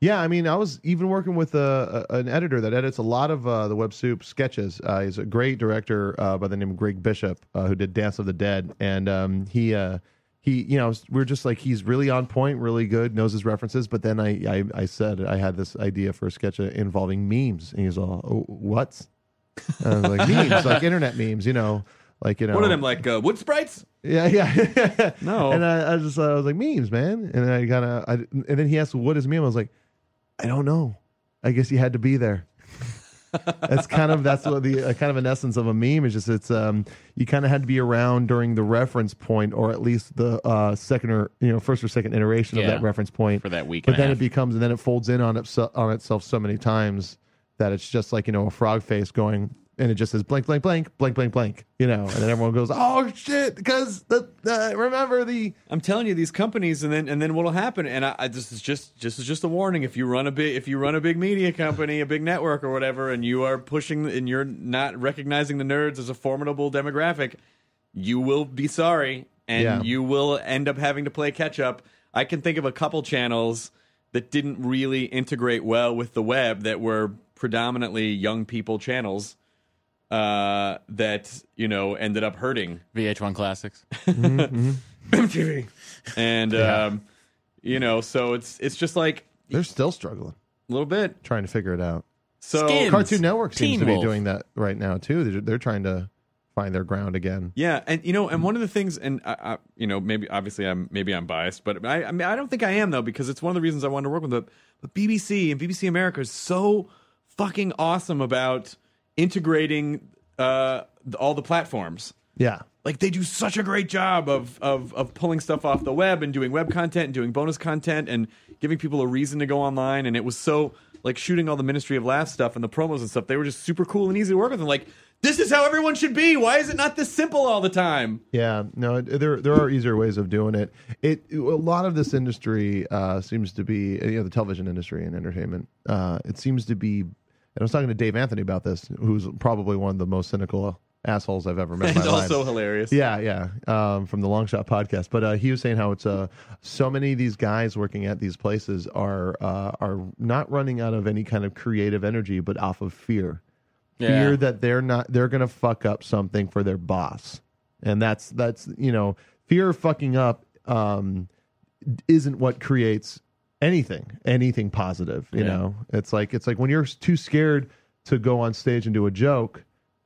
S3: Yeah, I mean, I was even working with a, a- an editor that edits a lot of uh, the Web Soup sketches. Uh, he's a great director uh, by the name of Greg Bishop, uh, who did Dance of the Dead, and um, he uh, he, you know, we're just like he's really on point, really good, knows his references. But then I I, I said I had this idea for a sketch uh, involving memes, and he's all, oh, "What?" I was like memes, like internet memes, you know. Like you know,
S2: One of them, like uh, wood sprites.
S3: yeah, yeah.
S2: No.
S3: And I, I just I was like memes, man. And I kind of I and then he asked, "What is meme?" I was like, "I don't know. I guess you had to be there." that's kind of that's what the uh, kind of an essence of a meme is. Just it's um you kind of had to be around during the reference point, or at least the uh second or you know first or second iteration of
S4: Yeah.
S3: that reference point
S4: for that week.
S3: But
S4: and a
S3: then
S4: half.
S3: it becomes and then it folds in on itself on itself so many times that it's just like you know a frog face going. And it just says blank, blank, blank, blank, blank, blank. You know, and then everyone goes, "Oh shit!" Because the uh, remember the
S2: I'm telling you, these companies, and then and then what'll happen? And I, I this is just this is just a warning. If you run a big if you run a big media company, a big network or whatever, and you are pushing and you're not recognizing the nerds as a formidable demographic, you will be sorry, and
S3: Yeah.
S2: you will end up having to play catch up. I can think of a couple channels that didn't really integrate well with the web that were predominantly young people channels uh, that you know ended up hurting.
S4: VH1 Classics.
S2: MTV. And um, you know, so it's it's just like
S3: They're still struggling,
S2: a little bit.
S3: trying to figure it out.
S2: So
S4: Skins.
S3: Cartoon Network seems
S4: Teen
S3: to be
S4: Wolf.
S3: doing that right now too. They're, they're trying to find their ground again.
S2: yeah, and you know, and one of the things, and I, I, you know, maybe obviously I'm maybe I'm biased, but I, I mean I don't think I am though because it's one of the reasons I wanted to work with them. But BBC and BBC America is so fucking awesome about integrating uh, all the platforms.
S3: Yeah,
S2: like they do such a great job of of of pulling stuff off the web and doing web content and doing bonus content and giving people a reason to go online and it was so like shooting all the Ministry of Laugh stuff and the promos and stuff they were just super cool and easy to work with and like this is how everyone should be why is it not this simple all the time
S3: yeah. No, it- there there are easier ways of doing it. It a lot of this industry uh, seems to be you know the television industry and entertainment. Uh, it seems to be. And I was talking to Dave Anthony about this, who's probably one of the most cynical assholes I've ever met. in
S2: and
S3: my life.
S2: also hilarious
S3: Yeah, yeah. Um, from the Long Shot podcast, but uh, he was saying how it's uh, so many of these guys working at these places are uh, are not running out of any kind of creative energy, but off of fear, fear
S4: Yeah.
S3: that they're not they're gonna fuck up something for their boss, and that's that's you know fear of fucking up um, isn't what creates anything anything positive you
S4: Yeah.
S3: know it's like it's like when you're too scared to go on stage and do a joke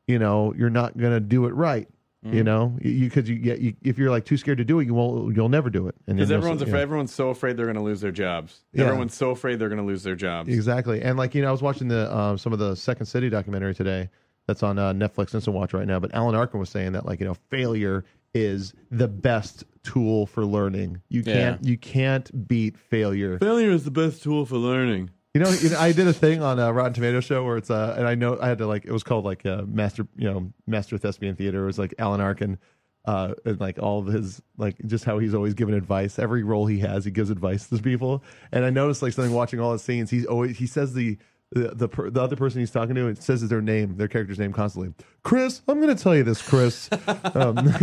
S3: you know you're not going to do it right you
S2: Mm-hmm.
S3: know you because you, get you, if you're like too scared to do it you won't you'll never do it And
S2: because
S3: then
S2: everyone's
S3: you'll-
S2: afraid everyone's so afraid they're going to lose their jobs
S3: Yeah.
S2: everyone's so afraid they're going to lose their jobs
S3: Exactly, and like you know, I was watching the um, some of the Second City documentary today that's on uh, Netflix Instant Watch right now. But Alan Arkin was saying that like you know, failure is the best tool for learning. You
S4: Yeah.
S3: can't you can't beat failure.
S2: failure is the best tool for learning
S3: You know, you know, I did a thing on a Rotten Tomato show where it's uh, and I know I had to like it was called like uh, master, you know, master thespian theater. It was like Alan Arkin, uh, and like all of his like just how he's always giving advice. Every role he has, he gives advice to people. And I noticed like something watching all his scenes. He's always he says the the the, per, the other person he's talking to it says their name, their character's name constantly. Chris, I'm going to tell you this, Chris. um,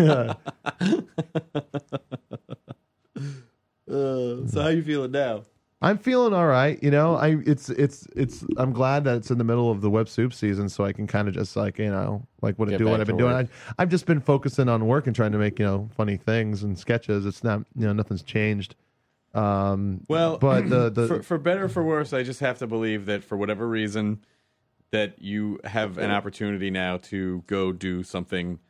S2: uh, so how you feeling now
S3: I'm feeling all right, you know. I it's it's it's. I'm glad that it's in the middle of the web soup season, so I can kind of just like you know, like what I
S4: Get
S3: do, what
S4: back
S3: I've been
S4: to
S3: doing.
S4: work.
S3: I, I've just been focusing on work and trying to make you know funny things and sketches. It's not you know nothing's changed. Um,
S2: Well,
S3: but the the
S2: for, for better or for worse, I just have to believe that for whatever reason, that you have an opportunity now to go do something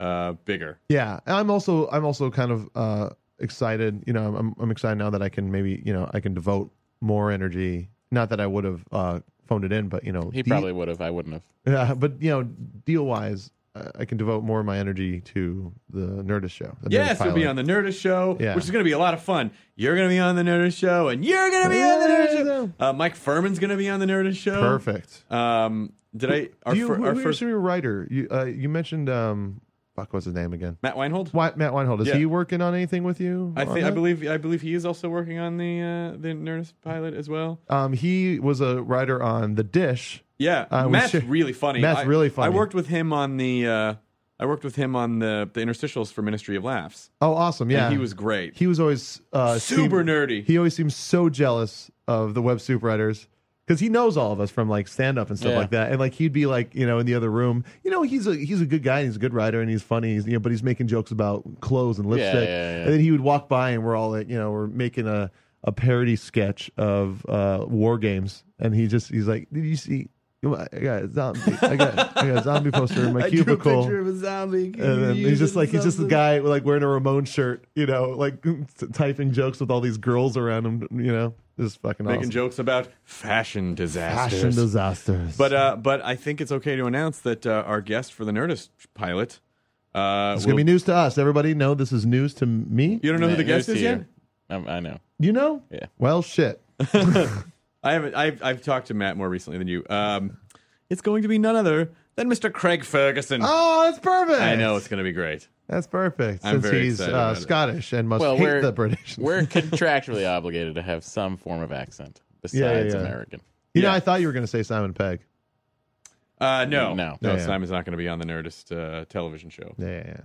S2: uh, bigger.
S3: Yeah, and I'm also I'm also kind of uh, excited. You know, I'm I'm excited now that I can maybe you know I can devote more energy. Not that I would have uh, phoned it in, but you know
S4: He
S3: the-
S4: probably would have. I wouldn't have.
S3: Yeah, but you know, deal wise, I I can devote more of my energy to the Nerdist show. the
S2: Yes,
S3: Nerdist
S2: you'll be
S3: pilot.
S2: on the Nerdist show,
S3: Yeah.
S2: which is going to be a lot of fun. You're going to be on the Nerdist show, and you're going to be on the Nerdist show. Uh, Mike Furman's going to be on the Nerdist show.
S3: Perfect.
S2: Um, did I? Our,
S3: you,
S2: fir-
S3: who,
S2: our
S3: who
S2: first
S3: is your writer? You uh, you mentioned um, fuck, what's his name again?
S2: Matt Weinhold.
S3: Wi- Matt Weinhold. Is
S2: Yeah.
S3: he working on anything with you?
S2: I
S3: on
S2: think I
S3: that?
S2: believe I believe he is also working on the uh, the Nerdist pilot as well.
S3: Um, he was a writer on The Dish.
S2: Yeah,
S3: Uh, we
S2: Matt's
S3: should-
S2: really funny.
S3: Matt's
S2: I,
S3: really
S2: I
S3: funny.
S2: worked with him on the uh, I worked with him on the the interstitials for Ministry of Laughs.
S3: Oh, awesome!
S2: and
S3: Yeah,
S2: he was great.
S3: He was always uh,
S2: Super
S3: seemed-
S2: nerdy.
S3: He always seems so jealous of the web soup writers because he knows all of us from like stand up and stuff
S4: Yeah.
S3: like that. And like he'd be like, you know, in the other room, you know, he's a he's a good guy and he's a good writer and he's funny. He's, you know, but he's making jokes about clothes and lipstick.
S4: yeah, yeah.
S3: And then he would walk by and we're all like, you know, we're making a a parody sketch of uh, war games, and he just he's like, did you see? Come on, I got a zombie. I got, I got a zombie poster in my
S5: I drew a
S3: cubicle.
S5: picture of a zombie. Can
S3: And
S5: you
S3: then he's
S5: use
S3: just
S5: it
S3: like
S5: in
S3: he's just the
S5: something?
S3: guy like wearing a Ramon shirt, you know, like typing jokes with all these girls around him, you know. This is fucking
S2: Making
S3: awesome.
S2: jokes about fashion disasters.
S3: Fashion disasters.
S2: But uh, but I think it's okay to announce that uh, our guest for the Nerdist pilot. Uh,
S3: it's
S2: will-
S3: gonna be news to us. Everybody know this is news to me.
S2: You don't know who the
S4: Yeah,
S2: guest
S4: news
S2: is
S4: to
S2: yet.
S4: you. Um, I know.
S3: You know?
S4: Yeah.
S3: Well, shit.
S2: I haven't. I've, I've talked to Matt more recently than you. Um, it's going to be none other than Mr. Craig Ferguson.
S3: Oh, that's perfect.
S2: I know it's going to be great.
S3: That's perfect.
S2: I'm
S3: since
S2: very
S3: he's
S2: excited
S3: uh,
S2: about it.
S3: Scottish and must
S4: Well,
S3: hate
S4: we're-
S3: the British.
S4: We're contractually obligated to have some form of accent besides
S3: Yeah, yeah, yeah.
S4: American.
S3: you know,
S2: yeah.
S3: I thought you were gonna say Simon Pegg.
S2: Uh, no,
S4: No.
S2: no.
S3: Yeah, yeah.
S2: Simon's not going to be on the Nerdist uh, television show,
S3: Yeah, yeah, yeah.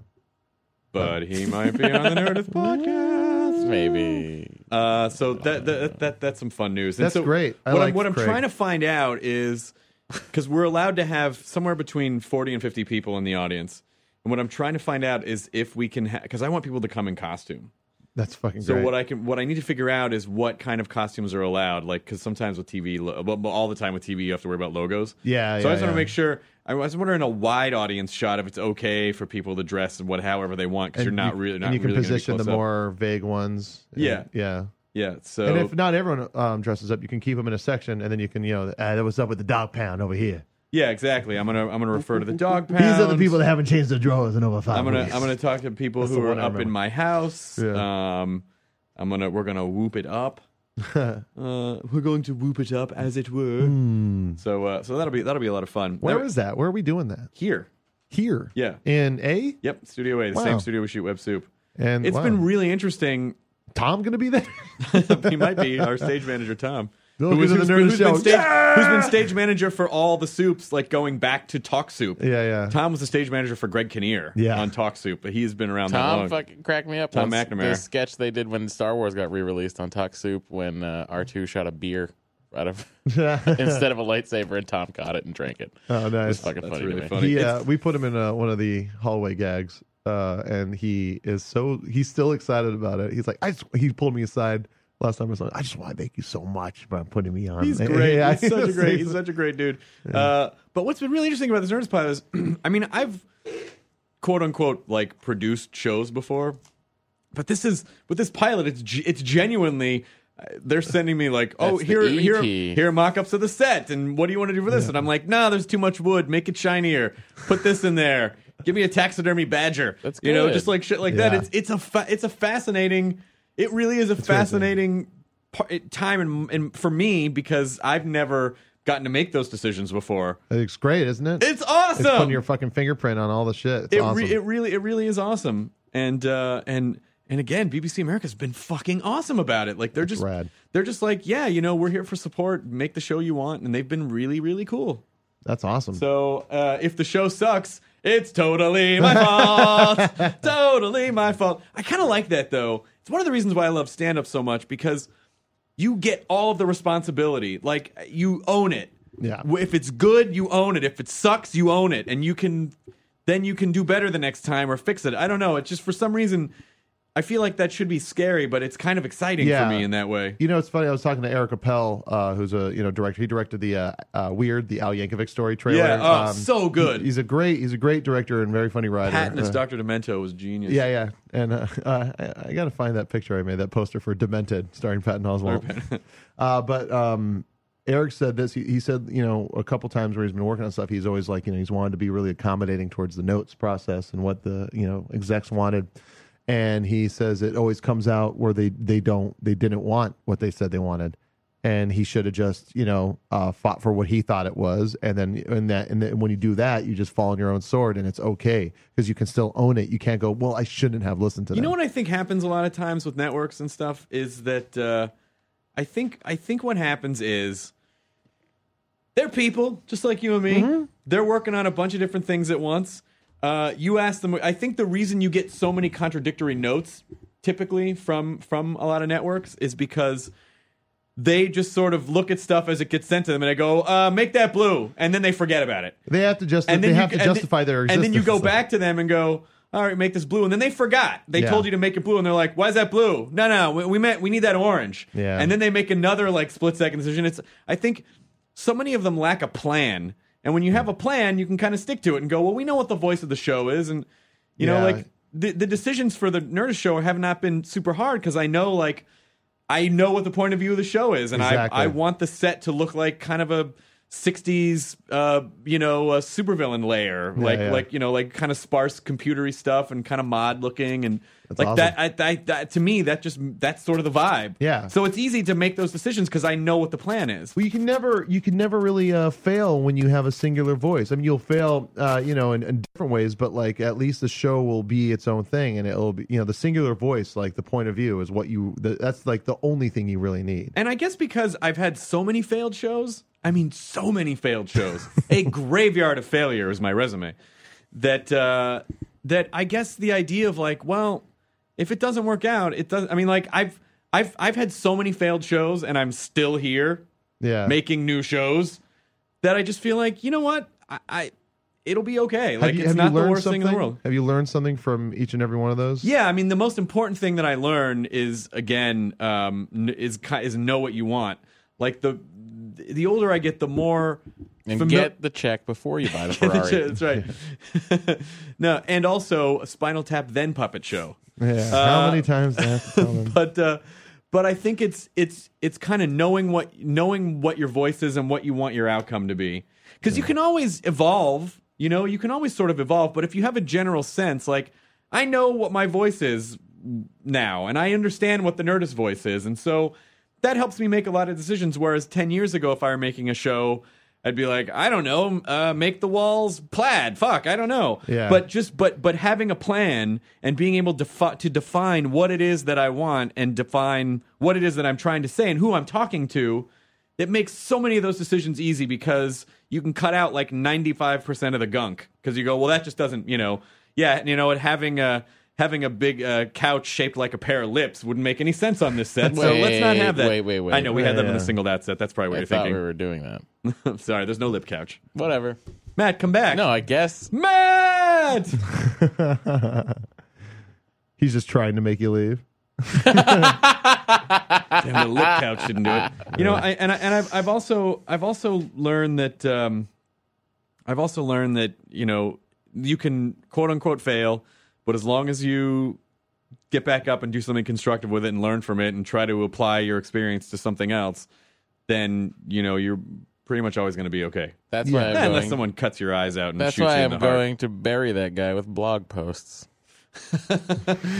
S2: but he might be on the Nerdist podcast.
S4: Maybe.
S2: Uh, so that, that that that's some fun news. And
S3: That's
S2: so
S3: great. I
S2: what I'm,
S3: like
S2: what I'm
S3: Craig.
S2: trying to find out is because we're allowed to have somewhere between 40 and 50 people in the audience, and what I'm trying to find out is if we can because I want people to come in costume.
S3: That's fucking
S2: So
S3: great.
S2: what I can what I need to figure out is what kind of costumes are allowed. Like because sometimes with TV, lo- well, all the time with TV, you have to worry about logos.
S3: Yeah,
S2: So
S3: yeah,
S2: I just want
S3: yeah.
S2: to make sure. I was wondering a wide audience shot if it's okay for people to dress and what however they want because
S3: And
S2: you're not
S3: you,
S2: really not
S3: and you can
S2: really gonna be
S3: position the
S2: close up.
S3: more vague ones. And-
S2: Yeah.
S3: yeah.
S2: yeah. So
S3: and if not everyone um, dresses up, you can keep them in a section, and then you can, you know, uh, what's up with the dog pound over here?
S2: yeah, exactly. I'm gonna I'm gonna refer to the dog pound.
S3: These are the people that haven't changed their drawers in over 5
S2: I'm gonna
S3: weeks.
S2: I'm gonna talk to people
S3: That's
S2: who
S3: the
S2: are
S3: one I
S2: up in
S3: remember.
S2: my house.
S3: Yeah.
S2: Um, I'm gonna we're gonna whoop it up. uh, we're going to whoop it up, as it were. So uh, so that'll be that'll be a lot of fun.
S3: Hmm. Where
S2: Now-
S3: is that? Where are we doing that?
S2: here?
S3: Here.
S2: Yeah.
S3: In A.
S2: Yep, Studio A, the
S3: Wow.
S2: same studio we shoot Web Soup.
S3: And
S2: It's
S3: wow.
S2: been really interesting.
S3: Tom gonna be there.
S2: he might be our stage manager, Tom.
S3: They'll get to the Nerdist
S2: who's been
S3: show.
S2: stage, who's been stage manager for all the soups, like going back to Talk Soup.
S3: Yeah, yeah.
S2: Tom was the stage manager for Greg Kinnear
S3: Yeah.
S2: on Talk Soup, but he's been around that long.
S4: Tom fucking cracked me up.
S2: Tom
S4: once.
S2: McNamara.
S4: The sketch they did when Star Wars got re-released on Talk Soup when uh, R2 shot a beer out of instead of a lightsaber and Tom caught it and drank it.
S3: Oh,
S4: It was
S3: nice.
S4: fucking
S2: That's
S4: funny.
S2: really
S4: to me.
S2: funny.
S3: He,
S2: It's-
S3: uh, we put him in uh, one of the hallway gags, uh, and he is so he's still excited about it. He's like, I just, he pulled me aside last time. I was like, I just want to thank you so much for putting me on.
S2: He's great.
S3: Yeah,
S2: he's such a great. He's such a great dude. Uh, but what's been really interesting about this Nerdist Pod is, I mean, I've quote unquote like produced shows before, but this is with this pilot. It's ge- it's genuinely. uh, They're sending me like, oh,
S4: That's the E
S2: here, here,
S4: EP.
S2: here are mock-ups of the set, and what do you want to do for this? And I'm like, nah, there's too much wood. Make it shinier. Put this in there. Give me a taxidermy badger.
S4: That's
S2: you know,
S4: good.
S2: just like shit like that.
S3: Yeah.
S2: It's it's a fa- it's a fascinating. It really is a fascinating par- time and, and for me because I've never gotten to make those decisions before.
S3: It's great, isn't it?
S2: It's awesome.
S3: It's putting your fucking fingerprint on all the shit. It's
S2: it, re-
S3: awesome.
S2: it really it really is awesome. And uh, and and again, BBC America's been fucking awesome about it. Like they're just
S3: rad.
S2: they're just like yeah, you know, we're here for support. Make the show you want, and they've been really really cool.
S3: That's awesome.
S2: So uh, if the show sucks, it's totally my fault. totally my fault. I kind of like that though. It's one of the reasons why I love stand up so much because you get all of the responsibility. Like you own it.
S3: Yeah.
S2: If it's good, you own it. If it sucks, you own it, and you can then you can do better the next time or fix it. I don't know. It's just for some reason. I feel like that should be scary, but it's kind of exciting
S3: Yeah.
S2: for me in that way.
S3: You know, it's funny. I was talking to Eric Appel, uh, who's a you know director. He directed the uh, uh, Weird, the Al Yankovic story trailer. Um,
S2: Yeah, oh, so good.
S3: He's a great, he's a great director and very funny writer.
S2: Patton as
S3: Uh,
S2: Dr. Demento was genius.
S3: Yeah, yeah. And uh, uh, I, I got to find that picture I made, that poster for Demented, starring Patton Oswalt. uh, but um, Eric said this. He, he said, you know, a couple times where he's been working on stuff, he's always like, you know, he's wanted to be really accommodating towards the notes process and what the, you know, execs wanted. And he says it always comes out where they, they don't, they didn't want what they said they wanted. And he should have just, you know, uh, fought for what he thought it was, and then and that and then when you do that, you just fall on your own sword, and it's okay because you can still own it. You can't go, well, I shouldn't have listened to
S2: You
S3: them."
S2: know what I think happens a lot of times with networks and stuff is that uh, I think I think what happens is they're people just like you and me.
S3: Mm-hmm.
S2: They're working on a bunch of different things at once. Uh, you ask them. I think the reason you get so many contradictory notes typically from from a lot of networks is because they just sort of look at stuff as it gets sent to them and they go uh, make that blue and then they forget about it
S3: They have to just they
S2: you-
S3: have to
S2: and then-
S3: justify their existence.
S2: And then you go back to them and go, all right, make this blue. And then they forgot. They
S3: Yeah.
S2: told you to make it blue, and they're like, why is that blue? No, no, we, we meant we need that orange.
S3: Yeah.
S2: And then they make another like split second decision. It's I think so many of them lack a plan. And when you have a plan, you can kind of stick to it and go, well, we know what the voice of the show is. And, you know,
S3: Yeah.
S2: like the, the decisions for the Nerdist show have not been super hard because I know, like, I know what the point of view of the show is. And
S3: Exactly.
S2: I, I want the set to look like kind of a 60s, uh, you know, a supervillain layer, like,
S3: yeah.
S2: like, you know, like kind of sparse computery stuff and kind of mod looking. And
S3: That's
S2: like
S3: awesome.
S2: that, I, I, that, to me, that just, that's sort of the vibe.
S3: Yeah.
S2: So it's easy to make those decisions because I know what the plan is.
S3: Well, you can never you can never really uh, fail when you have a singular voice. I mean, you'll fail, uh, you know, in, in different ways, but like at least the show will be its own thing, and it'll be you know the singular voice, like the point of view, is what you the, that's like the only thing you really need.
S2: And I guess because I've had so many failed shows, I mean, so many failed shows, a graveyard of failure is my resume. That uh, that I guess the idea of like, well, if it doesn't work out, it does. I mean, like I've I've I've had so many failed shows, and I'm still here
S3: Yeah,
S2: making new shows. That I just feel like, you know what, I, I it'll be okay. Like
S3: you-
S2: it's not
S3: you
S2: the
S3: learned
S2: worst thing in the
S3: something?
S2: world.
S3: Have you learned something from each and every one of those?
S2: Yeah, I mean, the most important thing that I learn is again um, n- is ki- is know what you want. Like the the older I get, the more
S4: And
S2: fami-
S4: get the check before you buy the
S2: Get the
S4: Ferrari.
S2: shit, that's right. no, and also a Spinal Tap then Puppet Show.
S3: Yeah.
S2: Uh,
S3: How many times do I have to tell them?
S2: but uh, but I think it's it's it's kind of knowing what knowing what your voice is and what you want your outcome to be because you can always evolve. You know, you can always sort of evolve. But if you have a general sense, like I know what my voice is now, and I understand what the Nerdist voice is, and so that helps me make a lot of decisions. Whereas ten years ago, if I were making a show. I'd be like, I don't know, uh, make the walls plaid. Fuck, I don't know.
S3: Yeah.
S2: But just but but having a plan and being able to defi- to define what it is that I want and define what it is that I'm trying to say and who I'm talking to, it makes so many of those decisions easy because you can cut out like 95% of the gunk because you go, well, that just doesn't, you know, yeah, and you know, what having a having a big uh, couch shaped like a pair of lips wouldn't make any sense on this set, so let's not have
S4: Wait,
S2: that.
S4: wait, wait, wait.
S2: I know we had that on
S3: Yeah.
S2: the single out set. That's probably what
S4: I
S2: you're
S4: thought we
S2: thinking.
S4: were doing that.
S2: I'm sorry, there's no lip couch.
S4: Whatever.
S2: Matt, come back.
S4: No, I guess.
S2: Matt.
S3: He's just trying to make you leave.
S2: Damn, the lip couch didn't do it. You know, I, and I, and I've, I've also I've also learned that um, I've also learned that you know you can quote unquote fail, but as long as you get back up and do something constructive with it and learn from it and try to apply your experience to something else, then you know you're pretty much always going to be okay.
S4: That's why I'm
S2: Unless
S4: going.
S2: someone cuts your eyes out and
S4: that's
S2: shoots
S4: why
S2: you
S4: I'm
S2: in the heart.
S4: going to bury that guy with blog posts.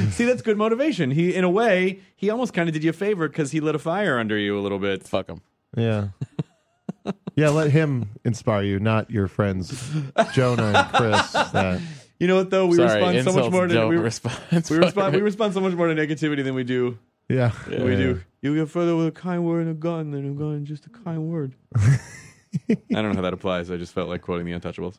S2: See, that's good motivation. He, in a way, he almost kind of did you a favor because he lit a fire under you a little bit.
S4: Fuck him.
S3: Yeah. yeah, let him inspire you, not your friends Jonah and Chris. That,
S2: You know what though? We
S4: Sorry,
S2: respond so
S4: insults
S2: much more to
S4: don't
S2: we,
S4: respond.
S2: we respond we respond so much more to negativity than we do
S3: yeah.
S2: we do. You get further with a kind word and a gun than a gun and just a kind word. I don't know how that applies. I just felt like quoting the Untouchables.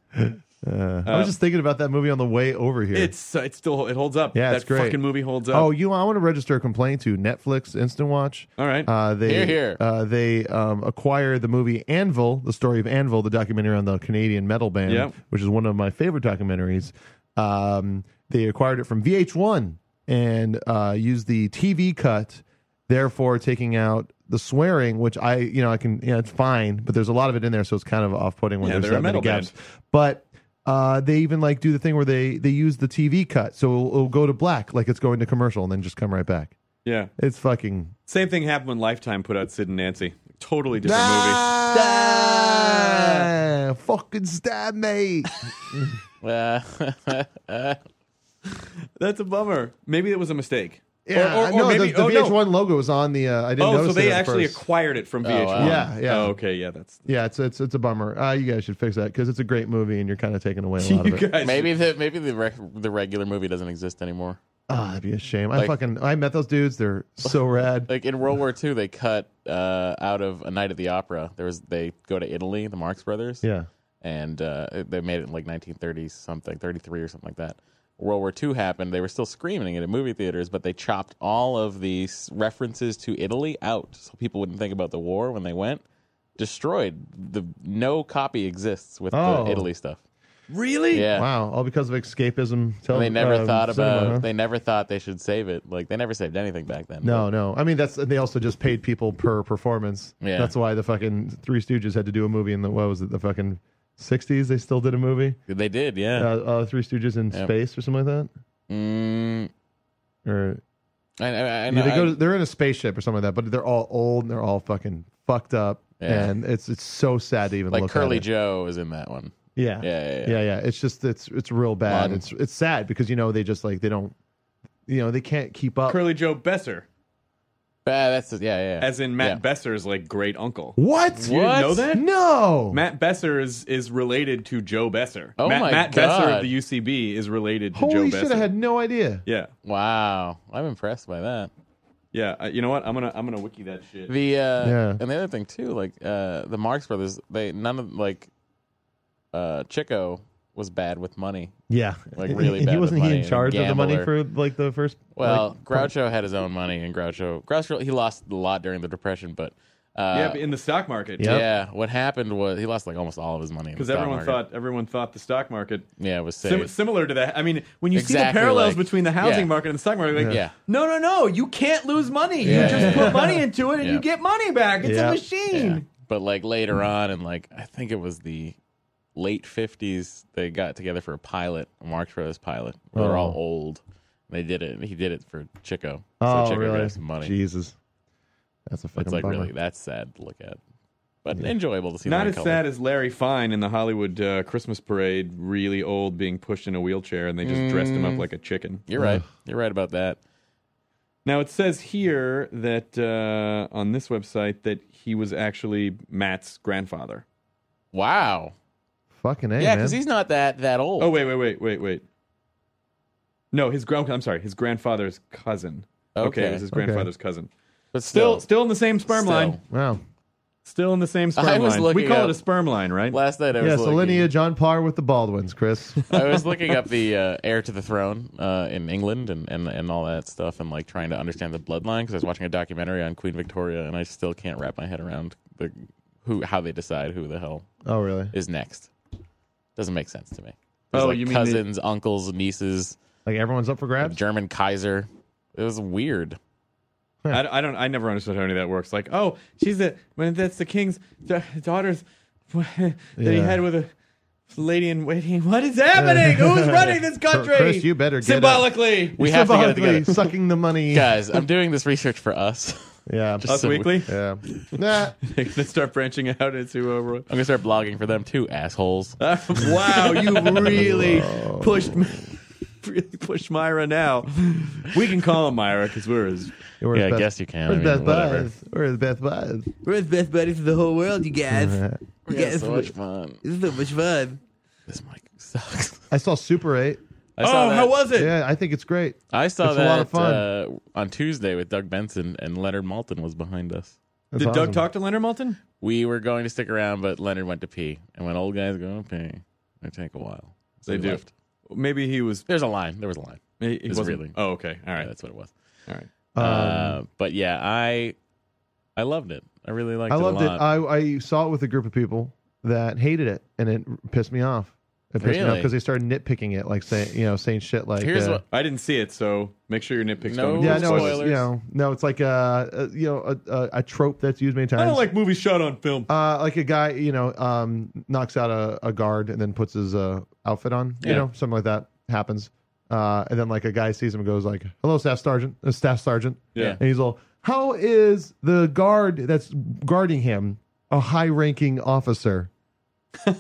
S3: Uh, I was just thinking about that movie on the way over here.
S2: It's uh, it's still it holds up.
S3: Yeah,
S2: that
S3: it's great.
S2: fucking movie holds up.
S3: oh, you know, I want to register a complaint to Netflix Instant Watch.
S2: all right.
S3: Uh, they
S4: Hear, hear.
S3: Uh, they um, acquired the movie Anvil, the story of Anvil, the documentary on the Canadian metal band,
S2: Yep.
S3: which is one of my favorite documentaries. Um, they acquired it from VH1 and uh, used the TV cut, therefore taking out the swearing, which I you know I can you know, it's fine, but there's a lot of it in there, so it's kind of off putting when
S2: Yeah,
S3: there's
S2: they're a
S3: that many
S2: metal band.
S3: gaps. But uh, they even like do the thing where they they use the TV cut, so it'll, it'll go to black, like it's going to commercial, and then just come right back.
S2: yeah.
S3: It's fucking
S2: Same thing happened when Lifetime put out Sid and Nancy. Totally different
S3: Stab! Fucking stab me!
S4: Uh,
S2: movie. That's a bummer. Maybe it was a mistake.
S3: Yeah,
S2: Or- or- or
S3: no,
S2: maybe-
S3: the, the
S2: oh, no.
S3: VH1 logo was on the. Uh, I didn't
S2: Oh,
S3: notice
S2: so they
S3: it at
S2: actually
S3: first.
S2: acquired it from VH1.
S4: wow.
S3: Yeah, yeah.
S2: Oh, okay, yeah, that's
S3: Yeah, it's it's it's a bummer. Uh, you guys should fix that because it's a great movie and you're kind of taking away a lot
S2: you
S3: of it.
S2: guys.
S4: maybe the maybe the rec- the regular movie doesn't exist anymore.
S3: Ah, that'd be a shame. I
S4: Like-
S3: fucking I met those dudes. They're so rad.
S4: Like in World War II, they cut uh, out of A Night at the Opera. There was they go to Italy, the Marx Brothers.
S3: yeah,
S4: and uh, they made it in like 1930 something, 33 or something like that. World War II happened. They were still screaming it at movie theaters, but they chopped all of these references to Italy out, so people wouldn't think about the war when they went. Destroyed the no copy exists with
S3: Oh.
S4: the Italy stuff.
S2: Really?
S4: Yeah.
S3: Wow, all because of escapism. Tell,
S4: And they never
S3: um,
S4: thought
S3: cinema,
S4: about.
S3: huh?
S4: They never thought they should save it. Like they never saved anything back then.
S3: No, no. I mean, that's they also just paid people per performance.
S4: Yeah.
S3: That's why the fucking Three Stooges had to do a movie in the what was it the fucking sixties? They still did a movie.
S4: they did.
S3: Uh,
S4: Yeah.
S3: uh, Three Stooges in
S4: Yeah.
S3: space or something like
S4: mm,
S3: that. Or
S4: I, I, I,
S3: yeah,
S4: know-
S3: they go.
S4: I-
S3: to- they're in a spaceship or something like that. But they're all old and they're all fucking fucked up.
S4: Yeah.
S3: And it's it's so sad to even
S4: like
S3: look
S4: Curly
S3: at it.
S4: Joe is in that one.
S3: Yeah.
S4: Yeah, yeah, yeah.
S3: It's just it's it's real bad.
S4: Modern.
S3: It's it's sad because you know they just like they don't, you know they can't keep up.
S2: Curly Joe Besser,
S4: Ah, that's yeah, yeah. yeah.
S2: as in Matt
S4: Yeah.
S2: Besser's like great uncle.
S3: what?
S2: You didn't
S4: What?
S2: know that?
S3: No.
S2: Matt Besser is, is related to Joe Besser.
S4: Oh
S2: Matt,
S4: my
S2: Matt Besser of
S4: God.
S2: the UCB is related to Joe
S3: Holy
S2: Besser.
S3: shit! I had no idea.
S2: Yeah,
S4: Wow, I'm impressed by that.
S2: yeah. Uh, you know what? I'm gonna I'm gonna wiki that shit.
S4: The uh,
S3: Yeah.
S4: and the other thing too, like uh, the Marx Brothers, they none of like uh, Chico was bad with money.
S3: Yeah,
S4: Like,
S3: And-
S4: really
S3: and
S4: bad
S3: he
S4: with
S3: wasn't he
S4: money
S3: in
S4: and
S3: charge of the money for
S4: gambler.
S3: like the first.
S4: Well,
S3: like,
S4: Groucho had his own money, and Groucho Groucho he lost a lot during the depression, but uh,
S2: yeah, but in the stock market.
S3: Yep.
S4: yeah, what happened was he lost like almost all of his money in the
S2: because
S4: stock
S2: everyone
S4: market.
S2: thought everyone thought the stock market
S4: yeah it was safe.
S2: sim- similar to that. I mean, when you see the
S4: Exactly
S2: parallels
S4: like-
S2: between the housing
S4: yeah.
S2: market and the stock market, like,
S4: Yeah.
S2: no, no, no, you can't lose money. you
S4: Yeah,
S2: just
S4: yeah,
S2: put
S4: yeah.
S2: money into it and
S4: Yeah.
S2: you get money back. It's
S3: Yeah.
S2: a machine.
S4: Yeah. But like later on, and like I think it was the late '50s, they got together for a pilot, a Marx Brothers pilot. They were all
S3: Oh.
S4: old. They did it. He did it for Chico.
S3: Oh,
S4: so Chico
S3: really?
S4: got some money.
S3: Jesus, that's a fucking.
S4: it's like
S3: bummer.
S4: really that's sad to look at, but enjoyable to see.
S2: Not
S4: them in
S2: as
S4: color.
S2: sad as Larry Fine in the Hollywood uh, Christmas parade, really old, being pushed in a wheelchair, and they just dressed
S4: Mm.
S2: him up like a chicken.
S4: You're right. You're right about that.
S2: Now it says here that uh, on this website that he was actually Matt's grandfather.
S4: Wow.
S3: fucking a,
S4: yeah,
S3: man.
S4: because he's not that that old.
S2: Oh wait, wait, wait, wait, wait. No, his grand. I'm sorry, his grandfather's cousin. Okay,
S4: Okay.
S2: it was his
S3: Okay.
S2: grandfather's cousin.
S4: but
S2: Still,
S4: still,
S2: still in the same sperm
S4: Still.
S2: line.
S3: wow.
S2: Still in the same sperm
S4: I was
S2: line. We
S4: looking
S2: call it
S4: up-
S2: a sperm line, right?
S4: last night I was
S3: Yes, a
S4: looking,
S3: lineage on par with the Baldwins, Chris.
S4: I was looking up the uh, heir to the throne uh, in England and, and, and all that stuff and like trying to understand the bloodline because I was watching a documentary on Queen Victoria and I still can't wrap my head around the who how they decide who the hell
S3: oh, really?
S4: is next. Doesn't make sense to me. There's,
S2: Oh,
S4: like,
S2: you mean they-
S4: cousins, uncles, nieces,
S3: Like everyone's up for grabs?
S4: German Kaiser. It was weird.
S2: I, I don't. I never understood how any of that works. Like, oh, she's the when that's the king's da- daughter's that he
S3: Yeah.
S2: had with a lady in waiting. What is happening? Who's running this country?
S3: Chris, you better get up.
S2: symbolically.
S4: We have to get it
S3: Symbolically
S4: together.
S3: sucking the money.
S4: Guys, I'm doing this research for us.
S3: Yeah.
S4: Just-
S2: Us
S4: so-
S2: Weekly.
S3: yeah. Nah.
S2: They start branching out into uh,
S4: I'm gonna start blogging for them too, assholes.
S2: wow, you really pushed me. Really pushed Myra now. We can call him Myra because we're his
S3: Where's
S4: Yeah, I
S3: Beth-
S4: guess you can. I
S3: Where's
S4: mean,
S3: Beth
S4: whatever.
S3: Buzz? Where's Beth Buzz?
S2: we're his best buddies in the whole world, you guys.
S4: We had so much fun.
S2: This is so much fun.
S4: This mic sucks.
S3: I saw Super 8.
S4: I saw
S2: Oh,
S4: that-
S2: how was it?
S3: Yeah, I think it's great.
S4: I saw
S3: It's a
S4: that
S3: lot of fun.
S4: Uh, on Tuesday with Doug Benson and Leonard Malton was behind us.
S3: That's
S2: Did
S3: awesome.
S2: Doug talk to Leonard Moulton?
S4: We were going to stick around, but Leonard went to pee, and when old guys go to pee, they take a while. So
S2: They
S4: he
S2: do.
S4: left.
S2: Maybe he was.
S4: There's a line. There was a line.
S2: He, he
S4: It's
S2: wasn't.
S4: really-
S2: Oh, okay. All
S4: Yeah,
S2: right.
S4: that's what it was.
S2: All right.
S3: Um,
S4: uh, but yeah, I I loved it. I really liked
S3: I
S4: it.
S3: loved
S4: a
S3: it.
S4: lot.
S3: I, I saw it with a group of people that hated it, and it pissed me off. It pissed me off
S4: Really?
S3: because they started nitpicking it, like saying, you know, saying shit like,
S4: Here's
S3: uh,
S4: what
S2: I didn't see it, so make sure your nitpicks
S4: No
S2: don't.
S3: yeah,
S2: include
S3: no, it's,
S4: Spoilers.
S3: you know, no, it's like a, a you know a, a, a trope that's used many times.
S2: I don't like movies shot on film.
S3: uh, like a guy, you know, um, knocks out a, a guard and then puts his uh, outfit on. You
S4: Yeah.
S3: know, something like that happens. Uh, and then like a guy sees him and goes like, "Hello, staff sergeant." Uh, staff sergeant.
S2: Yeah.
S3: And he's all, "How is the guard that's guarding him a high-ranking officer?"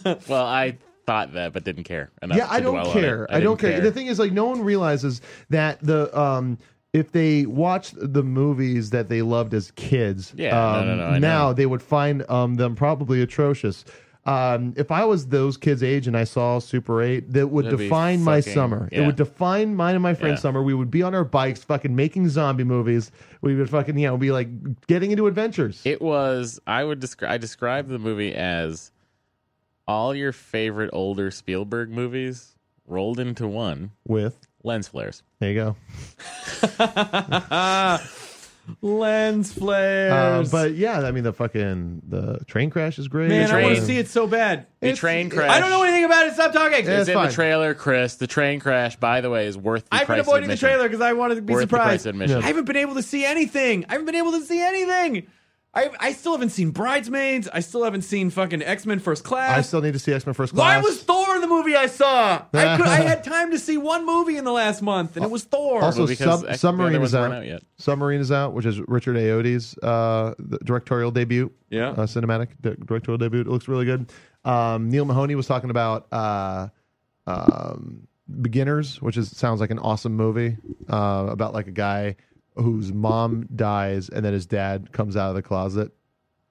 S4: well, I thought that, but didn't care enough.
S3: yeah,
S4: to
S3: I don't
S4: dwell on it.
S3: care. I, don't
S4: didn't
S3: care. The thing is, like, no one realizes that the um, if they watched the movies that they loved as kids,
S4: Yeah, no,
S3: um,
S4: no, no, I
S3: now
S4: know.
S3: they would find um, them probably atrocious. Um, if I was those kids' age and I saw Super Eight, that would
S4: That'd be
S3: define my
S4: fucking-
S3: summer. It
S4: yeah.
S3: would define mine and my friend's
S4: Yeah.
S3: summer. We would be on our bikes, fucking making zombie movies. We would fucking you know be like getting into adventures.
S4: It was. I would describe. I described the movie as all your favorite older Spielberg movies rolled into one.
S3: With
S4: Lens flares.
S3: there you go.
S2: Lens
S3: Uh,
S2: flares.
S3: but yeah, I mean the fucking the train crash is great.
S2: man, I want to
S4: train-
S2: see it so bad.
S4: The
S2: It's-
S4: train crash.
S2: I don't know anything about it. Stop talking.
S3: Yeah,
S4: It's
S3: That's
S4: in
S3: fine.
S4: the trailer, Chris. The train crash, by the way, is worth the
S2: I've been
S4: price of
S2: avoiding the
S4: admission.
S2: trailer because I wanted to be
S4: Worth the price
S2: surprised.
S4: of admission.
S2: I haven't been able to see anything. I haven't been able to see anything. I I still haven't seen Bridesmaids. I still haven't seen fucking X Men First Class.
S3: I still need to see X Men First
S2: Why
S3: Class.
S2: was Thor the movie I saw? I, could, I had time to see one movie in the last month, and it was Thor.
S3: also
S4: Well, because
S3: sub,
S4: X- the other
S3: submarine
S4: ones
S3: is out.
S4: weren't out yet.
S3: Submarine is out, which is Richard Ayoade's uh, the directorial debut.
S2: Yeah.
S3: uh, cinematic di- directorial debut. It looks really good. Um, Neil Mahoney was talking about uh, um, Beginners, which is sounds like an awesome movie uh, about like a guy whose mom dies and then his dad comes out of the closet.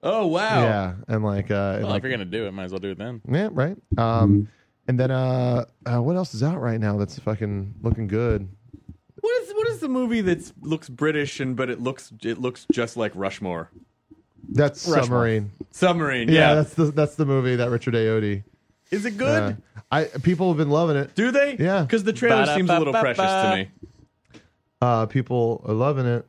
S2: oh wow!
S3: Yeah, and like uh, and
S4: Well,
S3: like
S4: if you're gonna do it, might as well do it then.
S3: yeah, right. Um, and then uh, uh, what else is out right now that's fucking looking good?
S2: What is what is the movie that looks British and but it looks it looks just like Rushmore?
S3: That's
S4: Rushmore.
S3: submarine.
S2: Submarine.
S3: Yeah,
S2: Yeah.
S3: that's the that's the movie that Richard Ayoade.
S2: is it good?
S3: uh, I people have been loving it.
S2: Do they?
S3: Yeah.
S2: Because the trailer seems a little precious to me.
S4: Ba-da-ba-ba-ba.
S3: Uh, people are loving it.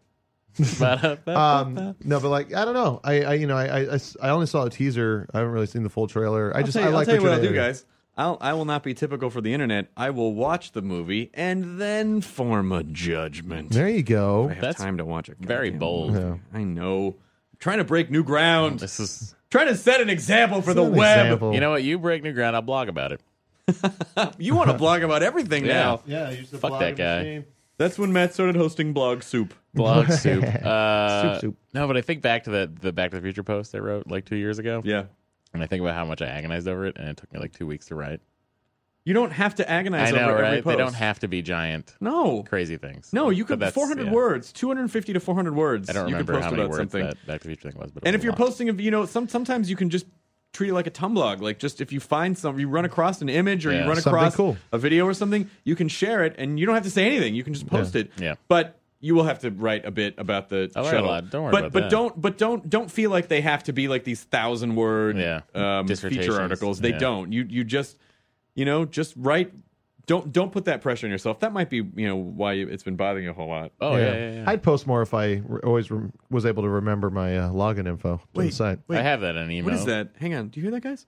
S4: uh,
S2: Uh,
S3: Um, no, but like I don't know. I, I you know I, I- I s- I only saw a teaser. I haven't really seen the full trailer. I
S2: I'll
S3: just
S2: tell you,
S3: I
S2: I'll
S3: like
S2: tell you what I'll
S3: Richard
S2: do,
S3: Ayoade.
S2: guys. I'll, I will not be typical for the internet. I will watch the movie and then form a judgment.
S3: There you go.
S2: I have
S4: That's
S2: time to watch it.
S4: very
S2: Goddamn.
S4: bold.
S3: Yeah.
S2: I know. I'm trying to break new ground.
S4: This is,
S2: trying to set an example for the
S3: An
S2: web.
S3: example.
S4: you know what? You break new ground. I'll blog about it.
S2: You want to blog about everything
S4: Yeah.
S2: now.
S3: Yeah, use the
S4: Fuck that blogging guy. machine.
S2: That's when Matt started hosting Blog Soup.
S4: Blog soup. Uh,
S3: Soup, soup.
S4: No, but I think back to the the Back to the Future post I wrote like two years ago,
S2: Yeah.
S4: and I think about how much I agonized over it, and it took me like two weeks to write.
S2: You don't have to agonize
S4: I know,
S2: over every
S4: right?
S2: post.
S4: They don't have to be giant,
S2: No.
S4: crazy things.
S2: No, you
S4: But
S2: could
S4: that's-
S2: 400
S4: yeah.
S2: words, 250 to 400 words.
S4: I don't
S2: you could
S4: remember
S2: post
S4: how many
S2: about
S4: words
S2: something.
S4: that Back to the Future thing was, but it
S2: And
S4: was
S2: if
S4: a
S2: you're
S4: lot.
S2: posting, of you know, some sometimes you can just treat it like a tumblr. Like just if you find some, you run across an image or
S4: Yeah.
S2: you run
S3: Something
S2: across
S3: cool.
S2: a video or something, you can share it, and you don't have to say anything. You can just post it.
S4: Yeah.
S2: But you will have to write a bit about the
S4: I'll write a
S2: shuttle.
S4: lot. Don't worry
S2: but,
S4: about
S2: but
S4: that.
S2: don't but don't don't feel like they have to be like these thousand word
S4: Yeah.
S2: um, feature
S4: Dissertations.
S2: articles. They
S4: Yeah.
S2: don't. You you just you know just write. Don't don't put that pressure on yourself. That might be you know why it's been bothering you a whole lot.
S4: oh yeah, yeah, yeah.
S3: I'd post more if I re- always rem- was able to remember my uh, login info to the site.
S4: I have that in email.
S2: What is that? Hang on. Do you hear that, guys?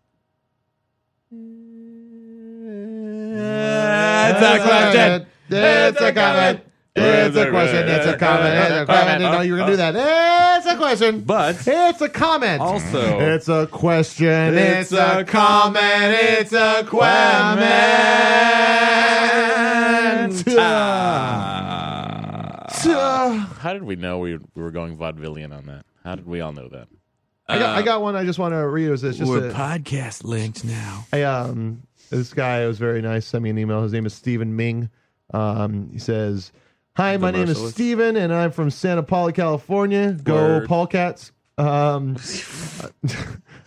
S2: It's
S3: It's a question. It's a comment. It's a question. It's a comment. It's a comment. No, you were gonna do that. It's a question.
S2: But-
S3: it's a comment.
S2: Also-
S3: it's a question.
S2: It's
S3: It's
S2: a
S3: a comment. It's a comment. Ah.
S4: How did we know we, we were going vaudevillian on that? How did we all know that?
S3: I got, I got one. I just want to read. It was it's just a,
S2: podcast linked now.
S3: I um this guy was very nice. Sent me an email. His name is Stephen Ming. Um, he says, "Hi, my name is
S2: merciless.
S3: Stephen, and I'm from Santa Paula, California. Go
S4: Word.
S3: Polecats." Um,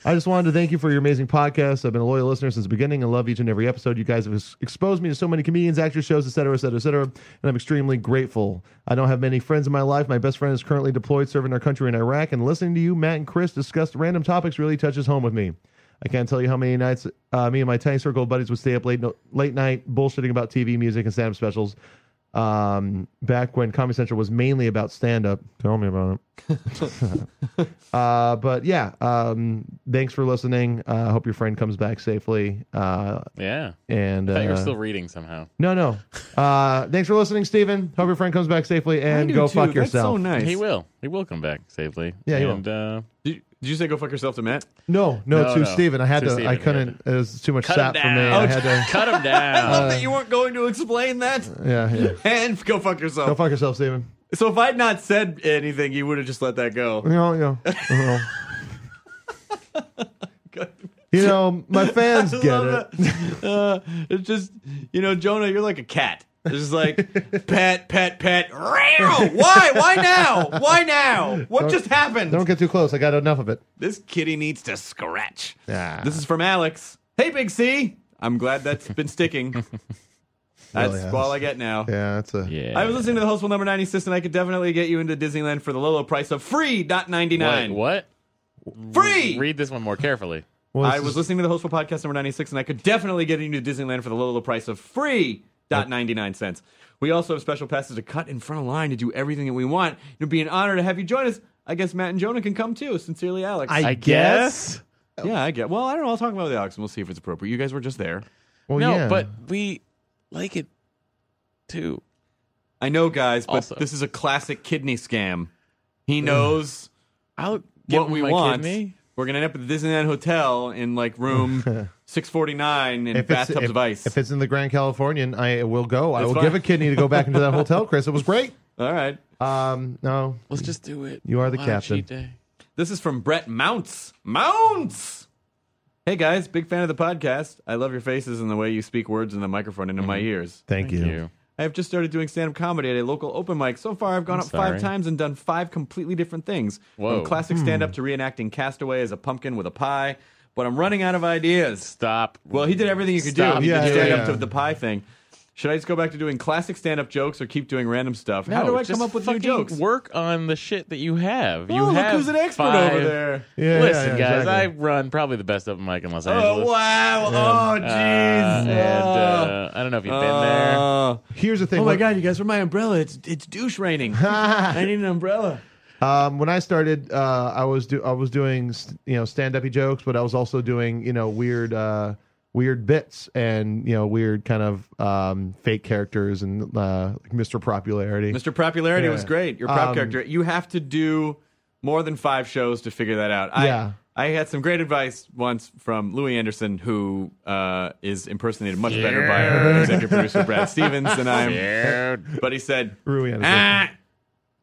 S3: I just wanted to thank you for your amazing podcast. I've been a loyal listener since the beginning. I love each and every episode. You guys have ex- exposed me to so many comedians, actors, shows, et cetera, et cetera, et cetera. And I'm extremely grateful. I don't have many friends in my life. My best friend is currently deployed serving our country in Iraq. And listening to you, Matt and Chris discuss random topics really touches home with me. I can't tell you how many nights uh, me and my tiny circle of buddies would stay up late, no- late night bullshitting about TV, music, and stand-up specials. Um, back when Comedy Central was mainly about stand-up. Tell me about it. Uh, but yeah, um, thanks for listening. I uh, hope your friend comes back safely. Uh,
S4: Yeah.
S3: and
S4: I thought you were
S3: uh,
S4: still reading somehow.
S3: no, no. Uh, thanks for listening, Steven. Hope your friend comes back safely and go fuck
S2: That's so
S3: yourself.
S2: nice.
S4: He will. He will come back safely.
S3: Yeah, he will.
S4: and, Uh,
S2: Did you, did you say go fuck yourself to Matt?
S3: No, no,
S4: No,
S3: to
S4: no.
S3: Steven. I had
S4: To
S3: to. I
S4: Steven,
S3: couldn't. It was too much
S4: cut him
S3: sap for
S4: down.
S3: me. I had to.
S4: cut
S2: I
S4: him
S2: love
S4: down.
S2: that you weren't going to explain that.
S3: Uh, Yeah, yeah.
S2: And go fuck
S3: Go
S2: yourself.
S3: fuck yourself, Steven.
S2: so if I'd not said anything, you would have just let that go.
S3: You know, you know, Uh-huh. you know. You know, my fans
S2: I
S3: get it.
S2: love that. Uh, it's just, you know, Jonah, you're like a cat. It's just like pet, pet, pet. Meow. Why? Why now? Why now? What just happened?
S3: Don't get too close. I got enough of it.
S2: This kitty needs to scratch.
S3: Ah.
S2: This is from Alex. Hey, Big C. I'm glad that's been sticking. That's
S3: Really has.
S2: all I get now.
S3: Yeah, that's a.
S4: yeah.
S2: I was listening to the Hostful Number 90 system. I could definitely get you into Disneyland for the low, low price of free. Dot ninety
S4: Wait,
S2: nine.
S4: what?
S2: Free.
S4: Read this one more carefully.
S3: Well, this
S2: I was
S3: is-
S2: listening to the Hostful podcast number 96, and I could definitely get into Disneyland for the low, low price of free. dot ninety nine cents. We also have special passes to cut in front of line to do everything that we want. It would be an honor to have you join us. I guess Matt and Jonah can come too. Sincerely, Alex.
S4: I guess.
S2: yeah, I get. Well, I don't know. I'll talk about it with Alex and we'll see if it's appropriate. You guys were just there.
S3: Well,
S4: no,
S3: yeah.
S4: but we like it too.
S2: I know, guys, but
S4: Also.
S2: this is a classic kidney scam. He knows
S4: I'll give
S2: what
S4: him
S2: we
S4: my
S2: want.
S4: kidney.
S2: We're gonna end up at the Disneyland Hotel in like room six forty nine in bathtubs
S3: if,
S2: of ice.
S3: if it's in the Grand Californian, I will go. I
S2: That's
S3: will
S2: fine.
S3: give a kidney to go back into that hotel, Chris. It was great.
S2: All right.
S3: Um, no,
S4: Let's just do it.
S3: You are the
S4: Why don't
S3: captain.
S4: cheat day?
S2: This is from Brett Mounts. Mounts! Hey guys, big fan of the podcast. I love your faces and the way you speak words in the microphone into
S4: Mm-hmm.
S2: my ears.
S3: thank, you.
S2: I have just started doing stand up comedy at a local open mic. So far, I've gone up
S4: I'm
S2: five
S4: sorry.
S2: times and done five completely different things
S4: Whoa. Hmm.
S2: from classic stand up to reenacting Castaway as a pumpkin with a pie. But I'm running out of ideas.
S4: Stop.
S2: Well, he did everything he could
S4: Stop
S2: do. He
S3: Yeah,
S2: did
S3: yeah,
S2: stand
S3: yeah.
S2: up to the pie thing. Should I just go back to doing classic stand up jokes or keep doing random stuff?
S4: No,
S2: How do I
S4: just
S2: come up with new
S4: fucking
S2: jokes?
S4: Work on the shit that you have.
S2: Oh,
S4: you
S2: look
S4: have
S2: who's an expert over
S4: five-
S2: there.
S3: Yeah,
S4: Listen,
S3: yeah,
S4: guys,
S3: exactly.
S4: I run probably the best open mic in Los
S2: Oh,
S4: Angeles.
S2: wow. Oh,
S4: Uh,
S2: jeez.
S4: and
S2: Oh.
S4: uh, I don't know if you've been there.
S2: Oh.
S3: Here's the thing.
S2: Oh my
S3: What-
S2: god, you guys, where my umbrella? It's it's douche raining. I need an umbrella.
S3: Um, when I started, uh, I was do I was doing st- you know stand uppy jokes, but I was also doing you know weird uh, weird bits and you know weird kind of um, fake characters and uh, Mr. Popularity.
S2: Mr. Popularity
S3: Yeah.
S2: was great. Your prop
S3: Um,
S2: character. You have to do more than five shows to figure that out. I,
S3: Yeah.
S2: I had some great advice once from Louis Anderson, who uh, is impersonated much better by our executive producer Brad Stevens than I am. But he said,
S3: Louis Anderson.
S2: "Ah,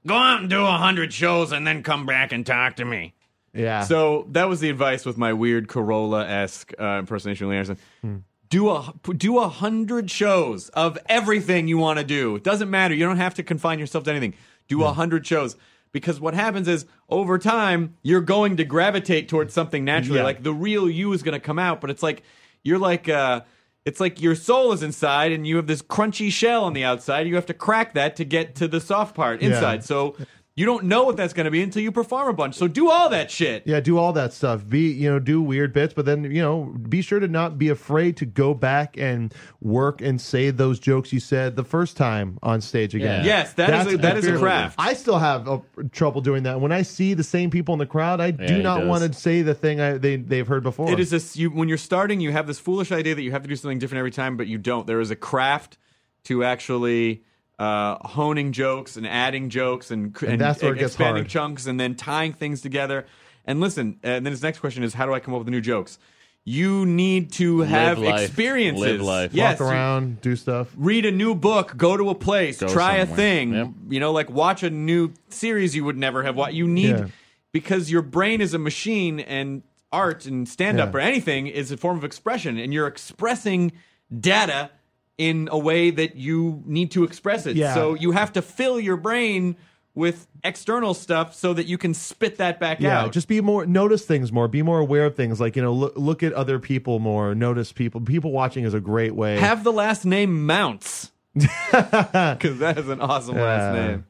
S2: go out and do a hundred shows and then come back and talk to me.
S3: Yeah.
S2: So that was the advice with my weird Corolla esque uh, impersonation of Lee Anderson. Do a do a hundred shows of everything you want to do. It doesn't matter. You don't have to confine yourself to anything. Do a hundred shows because what happens is over time you're going to gravitate towards something naturally.
S3: Yeah.
S2: Like the real you is going to come out, but it's like you're like uh, it's like your soul is inside and you have this crunchy shell on the outside. You have to crack that to get to the soft part inside. So. You don't know what that's going to be until you perform a bunch. So do all that shit.
S3: Yeah, do all that stuff. Be you know, do weird bits, but then you know, be sure to not be afraid to go back and work and say those jokes you said the first time on stage again.
S4: Yeah.
S2: Yes, that is a- that is a
S3: fearful.
S2: craft.
S3: I still have uh trouble doing that. When I see the same people in the crowd, I
S4: he
S3: do not
S4: does.
S3: want to say the thing I, they they've heard before.
S2: It is this you when you're starting, you have this foolish idea that you have to do something different every time, but you don't. There is a craft to actually uh, honing jokes and adding jokes and, cr- and,
S3: that's where it
S2: e-
S3: gets
S2: expanding
S3: hard.
S2: chunks and then tying things together. And listen, uh, and then his next question is, how do I come up with new jokes? You need to have
S4: life.
S2: experiences.
S4: Live life.
S2: Yes,
S3: walk
S2: you-
S3: around, do stuff.
S2: read a new book, go to a place,
S4: Go
S2: try a
S4: somewhere.
S2: thing,
S4: Yep.
S2: you know, like watch a new series you would never have watched. You need
S3: Yeah.
S2: because your brain is a machine and art and stand up
S3: Yeah.
S2: or anything is a form of expression and you're expressing data in a way that you need to express it.
S3: Yeah.
S2: So you have to fill your brain with external stuff so that you can spit that back
S3: Yeah,
S2: out.
S3: just be more notice things more. Be more aware of things. Like you know, look, look at other people more. Notice people. People watching is a great way.
S2: have the last name Mounts. Because that is an awesome last
S3: Yeah.
S2: name.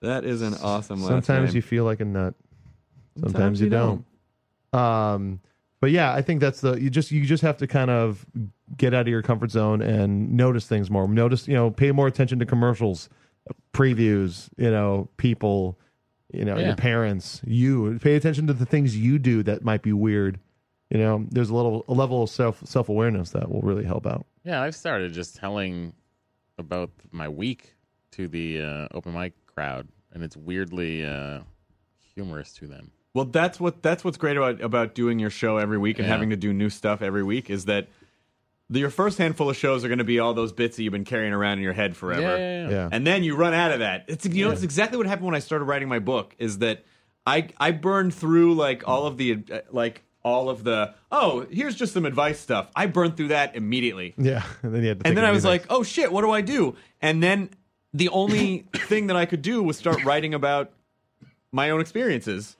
S2: That is an awesome last name.
S3: Sometimes you feel like a nut. Sometimes, you, don't. Um, but yeah, I think that's the you just you just have to kind of get out of your comfort zone and notice things more. Notice you know, pay more attention to commercials, previews. You know, people. You know,
S4: Yeah.
S3: your parents. You pay attention to the things you do that might be weird. You know, there's a little a level of self self awareness that will really help out.
S4: Yeah, I've started just telling about my week to the uh, open mic crowd, and it's weirdly uh, humorous to them.
S2: Well, that's what that's what's great about about doing your show every week and
S4: Yeah.
S2: having to do new stuff every week is that the, your first handful of shows are going to be all those bits that you've been carrying around in your head forever.
S4: Yeah,
S3: Yeah.
S2: And then you run out of that. It's you know it's exactly what happened when I started writing my book is that I I burned through like all of the uh, like all of the oh here's just some advice stuff. I burned through that immediately.
S3: Yeah, and then you had to.
S2: And
S3: think
S2: then
S3: of
S2: I was
S3: new
S2: like, oh shit, what do I do? And then the only thing that I could do was start writing about my own experiences.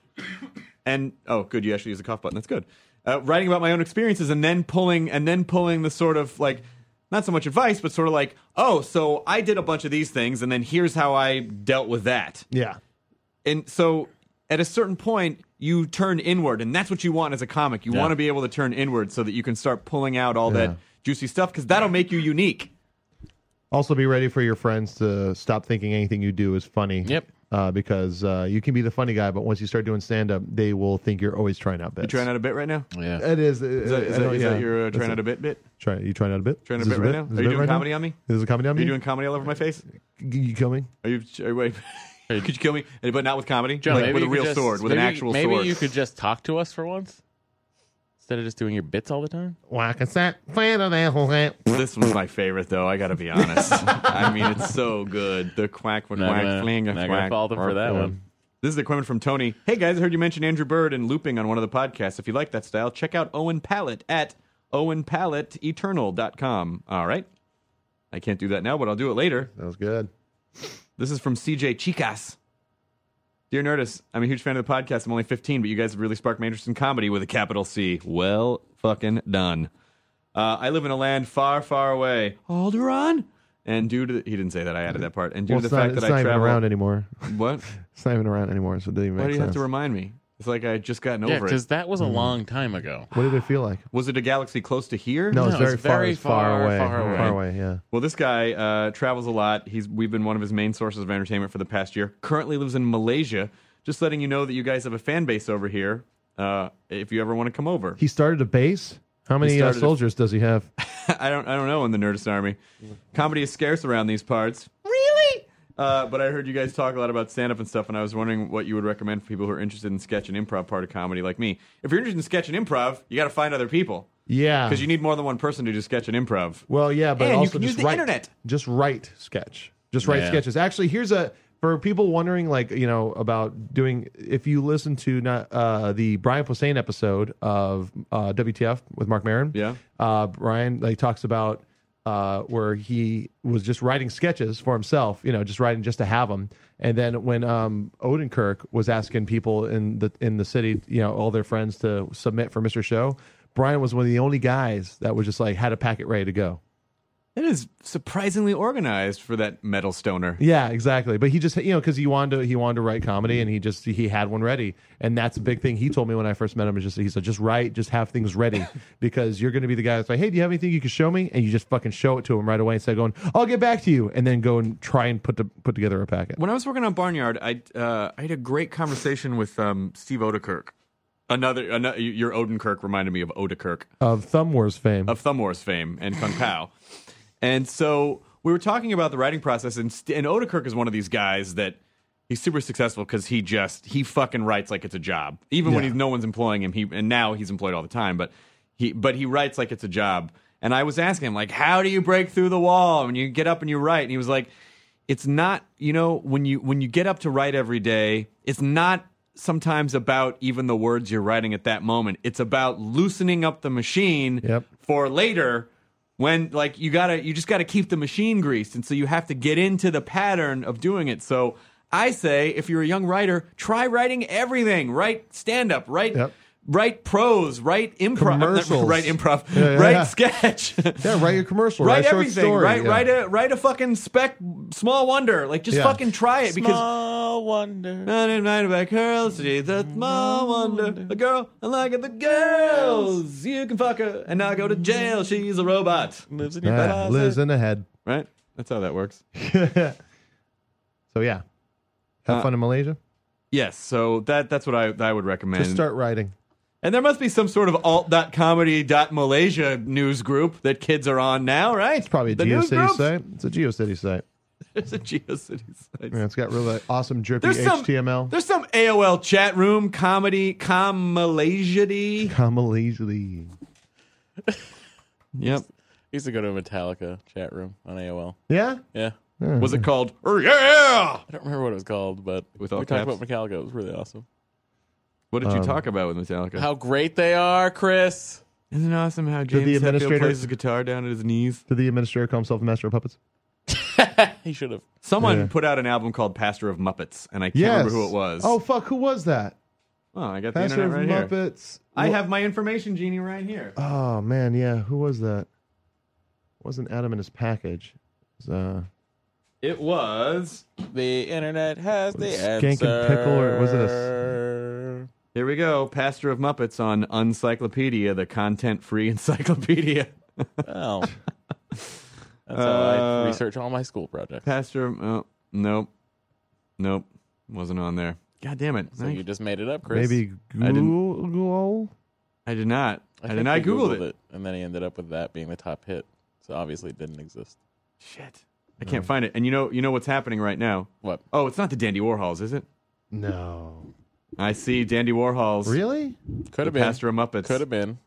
S2: And oh, good, you actually use the cough button. That's good. Uh, writing about my own experiences and then pulling and then pulling the sort of like not so much advice, but sort of like, oh, so I did a bunch of these things, and then here's how I dealt with that.
S3: things. yeah.
S2: And so at a certain point, you turn inward, and that's what you want as a comic. You
S4: Yeah.
S2: want to be able to turn inward so that you can start pulling out all
S3: Yeah.
S2: that juicy stuff because that'll make you unique.
S3: Also, be ready for your friends to stop thinking anything you do is funny.
S4: Yep.
S3: Uh, because uh, you can be the funny guy, but once you start doing stand up, they will think you're always trying out bits.
S2: You trying out a bit right now?
S4: Yeah.
S3: It is. uh,
S2: Is that, is that, is that your uh, trying out a bit bit?
S3: Try, you trying out a bit?
S2: Trying out
S3: Is
S2: a
S3: this
S2: bit right now?
S3: Is this
S2: Are
S3: a
S2: you
S3: bit
S2: doing
S3: right now?
S2: comedy on me?
S3: Is this a comedy on
S2: Are
S3: me?
S2: you doing comedy all over my face?
S3: G- You coming?
S2: Are you? Are you wait, could you kill me? But not with comedy.
S4: John,
S2: like,
S4: maybe
S2: with a
S4: you could
S2: real
S4: just-
S2: sword, with an
S4: maybe-
S2: actual
S4: maybe
S2: sword.
S4: you could just talk to us for once instead of just doing your bits all the time.
S3: Like a sat fan of eh? that whole thing.
S2: This was my favorite, though. I got to be honest. I mean, it's so good. The quack, quack,
S4: Not gonna-
S2: quack, fling,
S4: not gonna
S2: quack.
S4: fault them for that
S2: Yeah.
S4: one.
S2: This is the equipment from Tony. Hey guys, I heard you mention Andrew Bird and looping on one of the podcasts. If you like that style, check out Owen Pallet at owenpalletteternal.com. All right. I can't do that now, but I'll do it later.
S3: That was good.
S2: This is from CJ Chicas. Dear Nerdist, I'm a huge fan of the podcast. I'm only 15, but you guys have really sparked my interest in comedy with a capital C. Well, fucking done. Uh, I live in a land far, far away, Alderaan. And due to the, he didn't say that I added that part. And due
S3: Well,
S2: to
S3: it's
S2: the
S3: not,
S2: fact
S3: it's
S2: that
S3: not
S2: I
S3: even
S2: travel
S3: around anymore.
S2: what?
S3: It's not even around anymore, so it didn't even
S2: Why
S3: make
S2: do you
S3: sense.
S2: have to remind me? It's like I just gotten
S4: yeah,
S2: over
S4: because
S2: it. Mm-hmm.
S4: that was a long time ago.
S3: what did it feel like?
S2: Was it a galaxy close to here?
S3: No, it's
S4: No,
S3: very
S4: it's
S3: far.
S4: very
S3: it's far,
S4: far,
S3: away.
S4: far away.
S3: yeah.
S2: Well, this guy uh, travels a lot. He's we've been one of his main sources of entertainment for the past year. Currently lives in Malaysia. Just letting you know that you guys have a fan base over here. Uh, if you ever want to come over,
S3: He started a base. How many uh,
S2: started a-
S3: soldiers does he have?
S2: I don't I don't know in the Nerdist Army. Comedy is scarce around these parts. Really? Uh, but I heard you guys talk a lot about stand up and stuff, and I was wondering what you would recommend for people who are interested in sketch and improv part of comedy, like me. If you're interested in sketch and improv, you got to find other people
S3: Yeah.
S2: because you need more than one person to do sketch and improv.
S3: Well, yeah, but
S2: And you
S3: also
S2: can
S3: just
S2: use the
S3: write,
S2: internet.
S3: Just write sketch. Just write
S4: Yeah.
S3: sketches. Actually, here's a for people wondering, like you know, about doing. If you listen to not uh, the Brian Posehn episode of uh, WTF with Mark Maron,
S2: Yeah.
S3: uh, Brian like talks about uh, where he was just writing sketches for himself, you know, just writing just to have them. And then when um, Odenkirk was asking people in the in the city, you know, all their friends to submit for Mr. Show, Brian was one of the only guys that was just like had a packet ready to go.
S2: That is surprisingly organized for that metal stoner.
S3: Yeah, exactly. But he just you know because he wanted to he wanted to write comedy and he just he had one ready and that's a big thing he told me when I first met him is just he said just write just have things ready because you're going to be the guy that's like hey do you have anything you can show me and you just fucking show it to him right away instead of going I'll get back to you and then go and try and put to, put together a packet.
S2: When I was working on Barnyard, I uh, I had a great conversation with um, Steve Odekirk. Another, another, your Odenkirk reminded me of Odekirk.
S3: Of Thumb Wars fame,
S2: of Thumb Wars fame and Kung Pao. and so we were talking about the writing process, and, St- and Odekirk is one of these guys that he's super successful because he just he fucking writes like it's a job, even when
S3: Yeah.
S2: he's, no one's employing him. He and now he's employed all the time, but he but he writes like it's a job. And I was asking him like, how do you break through the wall when you get up and you write? And he was like, it's not you know when you when you get up to write every day, it's not sometimes about even the words you're writing at that moment. It's about loosening up the machine
S3: Yep.
S2: for later when like you gotta you just gotta keep the machine greased and so you have to get into the pattern of doing it so i say if you're a young writer try writing everything write stand up write
S3: Yep.
S2: write prose write improv
S3: Commercials.
S2: write improv
S3: Yeah, yeah,
S2: write
S3: yeah.
S2: sketch
S3: yeah, write your commercial,
S2: write
S3: write, a short
S2: everything
S3: story,
S2: write
S3: yeah.
S2: write a write a fucking spec small wonder like just
S3: Yeah.
S2: fucking try it because
S4: Small wonder.
S2: and at night about curls, she's a small wonder. A girl, and like the girls, you can fuck her and not go to jail. She's a robot.
S4: Lives in your
S3: yeah,
S4: closet.
S3: lives in the head.
S2: Right? That's how that works.
S3: So yeah, have
S2: Uh,
S3: fun in Malaysia.
S2: Yes, so that that's what I, I would recommend.
S3: Just start writing.
S2: and there must be some sort of alt.comedy.malaysia news group that kids are on now, right? It's
S3: Probably a
S2: the news
S3: GeoCity
S2: groups?
S3: site. It's a GeoCity site.
S2: There's a GeoCity site.
S3: Yeah, it's got really awesome drippy
S2: There's some
S3: HTML.
S2: There's some AOL chat room comedy com Malaysia.
S3: Come leisurely.
S2: Yep.
S4: I used to go to a Metallica chat room on AOL.
S3: Yeah.
S4: Yeah.
S2: Was it called? Oh, yeah.
S4: I don't remember what it was called, but
S2: With all
S4: we
S2: caps?
S4: talked about Metallica. It was really awesome.
S2: What did you
S3: Um,
S2: talk about with Metallica?
S4: How great they are, Chris.
S2: Isn't it awesome how
S3: the
S2: James Hetfield
S3: administrator-
S2: plays his guitar down at his knees?
S3: Did the administrator call himself a master of puppets?
S4: He should have.
S2: Someone
S3: Yeah.
S2: put out an album called Pastor of Muppets, and I can't remember who it was.
S3: Oh fuck, who was that?
S2: Oh, I got the
S3: Pastor of
S2: internet right here.
S3: Muppets.
S2: I
S3: Wha-
S2: have my information genie right here.
S3: Oh man, yeah. Who was that? wasn't Adam in his package? It was, uh,
S2: It was.
S4: The internet has the
S3: Was it
S4: answer.
S3: Skank and Pickle, or was it a s-
S4: a?
S2: Here we go. Pastor of Muppets on Uncyclopedia, the content-free encyclopedia.
S4: Oh, That's how
S2: Uh,
S4: I research all my school projects.
S2: Pastor, oh, nope, nope, wasn't on there. God damn it!
S4: So
S2: I,
S4: you just made it up, Chris.
S3: Maybe
S2: I didn't-
S3: Google. Google?
S2: I did not. I,
S4: think
S2: did not
S4: he
S2: Googled, it.
S4: and then he ended up with that being the top hit. So obviously, it didn't exist.
S2: Shit, I can't find it. And you know, you know what's happening right now?
S4: What?
S2: Oh, it's not the Dandy Warhols, is it?
S3: No.
S2: I see Dandy Warhols.
S3: Really?
S4: Could
S2: The
S4: have been.
S2: Pastor of Muppets.
S4: Could have been.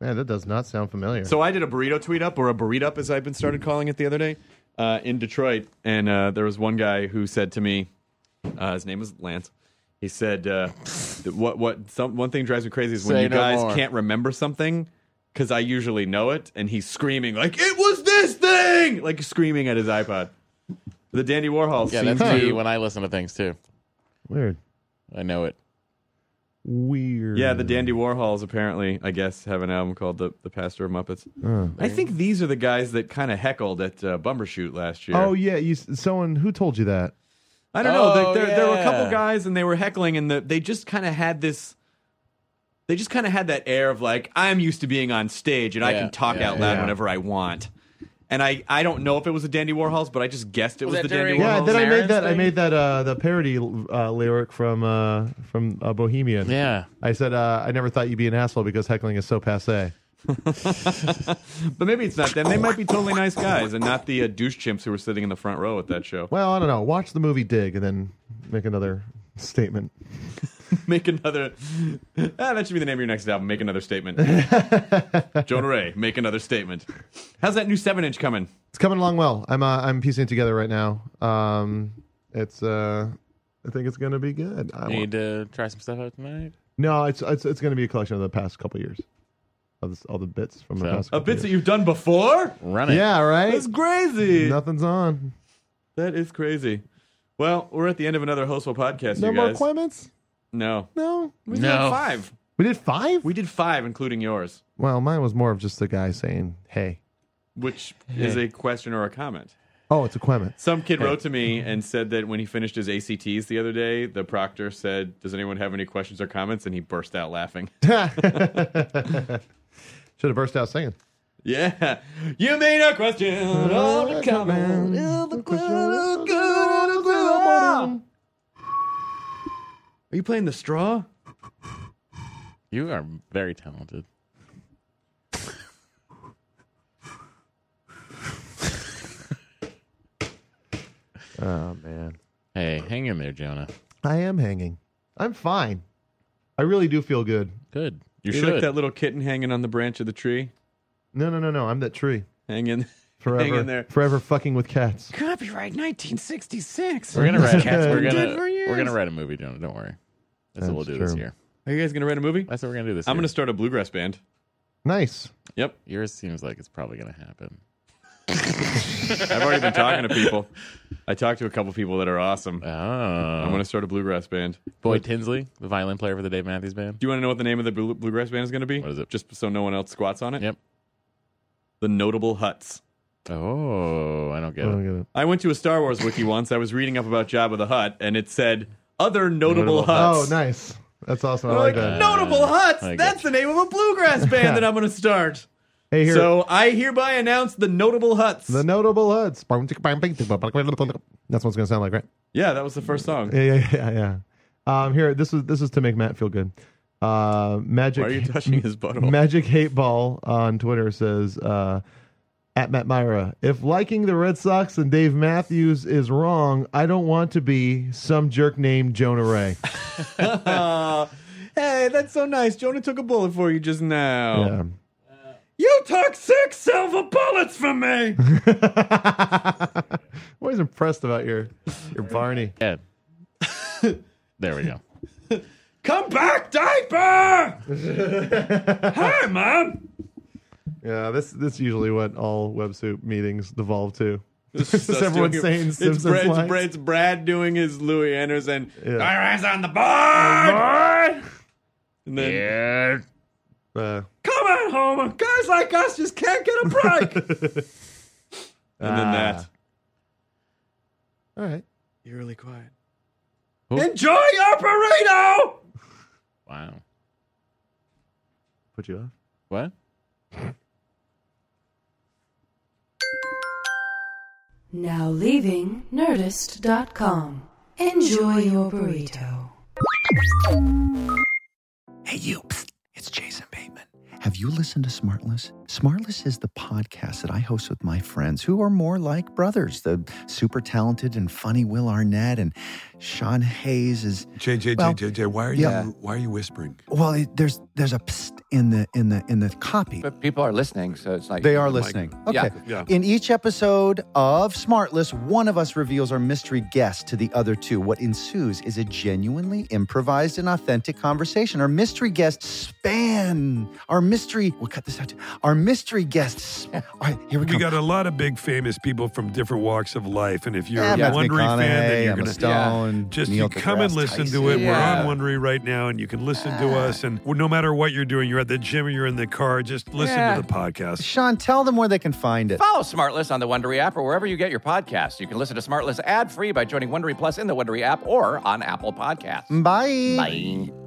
S3: Man, that does not sound familiar.
S2: So I did a burrito tweet up, or a burrito up, as I've been started calling it the other day, uh, in Detroit, and uh, there was one guy who said to me, uh, his name is Lance. He said, uh, that "What what some, one thing drives me crazy is when
S4: Say
S2: you
S4: no
S2: guys
S4: more.
S2: can't remember something." Because I usually know it, and he's screaming like it was this thing, like screaming at his iPod. The Dandy Warhol.
S4: Yeah,
S2: seemed
S4: that's me
S2: to-
S4: when I listen to things too.
S3: weird.
S4: I know it.
S3: Weird.
S2: Yeah, the Dandy Warhols apparently, I guess, have an album called "The, the Pastor of Muppets."
S3: Uh.
S2: I think these are the guys that kind of heckled at uh, Bumbershoot last year.
S3: Oh yeah, you. s- Someone who told you that?
S2: I don't know.
S4: Oh,
S2: There, there, there were a couple
S4: yeah.
S2: guys, and they were heckling, and the, they just kind of had this. They just kind of had that air of like, I'm used to being on stage, and I
S4: Yeah,
S2: can talk
S4: yeah,
S2: out loud
S3: yeah.
S2: whenever I want. And I, I don't know if it was the Dandy Warhols, but I just guessed it was,
S4: Was
S2: the
S4: that
S2: Dandy
S4: during-
S3: Yeah.
S2: Warhols.
S3: Then I made
S4: Marin's
S3: that. I
S4: thing?
S3: made that. Uh, the parody uh, lyric from uh, from uh, Bohemian.
S4: Yeah.
S3: I said uh, I never thought you'd be an asshole because heckling is so passe.
S2: But maybe it's not them. They might be totally nice guys, and not the uh, douche chimps who were sitting in the front row at that show.
S3: Well, I don't know. Watch the movie Dig and then make another statement.
S2: Make another. Ah, that should be the name of your next album. Make another statement. Jonah Ray, make another statement. How's that new seven inch coming?
S3: It's coming along well. I'm uh, I'm piecing it together right now. Um, it's uh, I think it's gonna be good. I
S4: You
S3: want-
S4: need to try some stuff out tonight.
S3: no, it's it's it's gonna be a collection of the past couple years, of this, all the bits from the
S4: So-
S3: past.
S2: A
S3: couple
S2: bit that
S3: years.
S2: you've done before?
S4: Run it.
S3: yeah, right.
S2: That's crazy.
S3: Nothing's on.
S2: That is crazy. Well, we're at the end of another Hostful podcast,
S3: No
S2: you
S3: more
S2: guys. no.
S3: requirements. No,
S2: We
S4: No.
S2: did like five.
S3: we did five.
S2: We did five, including yours,
S3: well, mine was more of just the guy saying, "Hey."
S2: which is a question or a comment.
S3: Oh, it's a quement.
S2: Some kid wrote to me and said that when he finished his ACTs the other day, the proctor said, Does anyone have any questions or comments? And he burst out laughing.
S3: Should have burst out singing.
S2: yeah. You made a question Oh, or a comment. Are you playing the straw?
S4: You are very talented.
S3: Oh man,
S4: Hey, hang in there, Jonah.
S3: I am hanging. I'm fine. I really do feel good.
S4: Good. You
S2: You
S4: should.
S2: like that little kitten hanging on the branch of the tree?
S3: No, no, no, no. I'm that tree.
S2: Hanging.
S3: Forever,
S2: Hang in there.
S3: forever fucking with cats.
S2: Copyright 1966.
S4: we're gonna write. we're
S2: dead
S4: gonna.
S2: for
S4: We're
S2: years.
S4: gonna write a movie, Jonah. Don't worry. That's, what we'll do
S3: That's
S4: this
S3: true.
S4: year.
S2: Are you guys gonna write a movie?
S4: That's what we're gonna do this
S2: I'm
S4: year.
S2: gonna start a bluegrass band.
S3: Nice.
S2: Yep,
S4: Yours seems like it's probably gonna happen.
S2: I've already been talking to people. I talked to a couple people that are awesome.
S4: Oh,
S2: I'm gonna start a bluegrass band. Do
S4: Boyd Tinsley, the violin player for the Dave Matthews Band.
S2: you want to know what the name of the blue- bluegrass band is gonna be?
S4: What is it?
S2: Just so no one else squats on it.
S4: Yep.
S2: The Notable Huts.
S4: Oh, I don't get
S3: I don't
S4: it.
S3: get it.
S2: I went to a Star Wars wiki once. I was reading up about Jabba the Hutt, and it said other notable,
S3: Oh,
S2: huts.
S3: nice. That's awesome. I
S2: I'm
S3: like
S2: like,
S3: that.
S2: notable huts.
S4: I
S2: That's the name of a bluegrass band that I'm gonna start.
S3: Hey, here.
S2: So I hereby announce the Notable Huts.
S3: the notable huds. That's what it's gonna sound like, right?
S2: yeah, that was the first song.
S3: Yeah, yeah, yeah, yeah. Um, here, this is this is to make Matt feel good. Uh, magic.
S2: Why are you touching his butthole?
S3: Magic Hate Ball on Twitter says, uh, at Matt Myra, if liking the Red Sox and Dave Matthews is wrong, I don't want to be some jerk named Jonah Ray.
S2: Aw. Uh, hey, that's so nice. Jonah took a bullet for you just now.
S3: Yeah.
S2: You took six silver bullets from me.
S3: I'm always impressed about your your Barney.
S4: Ed. there we go.
S2: Come back, diaper. Hi, mom.
S3: Yeah, this this is usually what all web soup meetings devolve to.
S2: It's us
S3: everyone
S2: doing-
S3: saying
S2: it's
S3: Simpsons
S2: Brad, it's
S3: lines?
S2: Brad, it's Brad doing his Louis Anderson.
S3: Yeah.
S2: Diaper's on the board. And then,
S4: Yeah.
S3: Uh,
S2: come on, Homer. Guys like us just can't get a break. and then
S3: Ah.
S2: that.
S3: all right.
S2: You're really quiet.
S4: Who-
S2: Enjoy your burrito.
S4: Wow.
S3: Put you off.
S4: What?
S1: Now leaving Nerdist.com. Enjoy your burrito.
S5: Hey, you. Psst. It's Jason Bateman. Have you listened to Smartless? Smartless is the podcast that I host with my friends who are more like brothers. The super talented and funny Will Arnett and Sean Hayes is.
S6: Jay, Jay,
S5: Well,
S6: Jay, Jay, Jay, why are
S5: yeah.
S6: you why are you whispering?
S5: Well, it, there's there's a psst in the in the in the copy.
S7: But people are listening, so it's like
S5: They are listening.
S7: Yeah.
S5: Okay. In each episode of Smartless, one of us reveals our mystery guest to the other two. What ensues is a genuinely improvised and authentic conversation. Our mystery guests span. Our mystery. We'll cut this out. too. Our mystery guests. All right, here we go.
S6: We got a lot of big famous people from different walks of life, and if you're
S5: Yeah,
S6: a
S5: Matthew
S6: Wondery fan, then
S5: McConaughey,
S6: you're
S5: Emma
S6: gonna
S5: Stone,
S6: just
S5: Neil
S6: you come and
S5: deGrasse
S6: listen
S5: Tyson.
S6: to it.
S7: Yeah.
S6: We're on Wondery right now, and you can listen to us. And well, no matter what you're doing, you're at the gym or you're in the car, just listen
S7: Yeah.
S6: to the podcast.
S5: Sean, tell them where they can find it.
S7: Follow Oh, Smartless on the Wondery app or wherever you get your podcasts. You can listen to
S3: Mm.
S7: Smartless ad free by joining Wondery Plus in the Wondery app or on Apple Podcasts.
S5: Bye.
S7: Bye.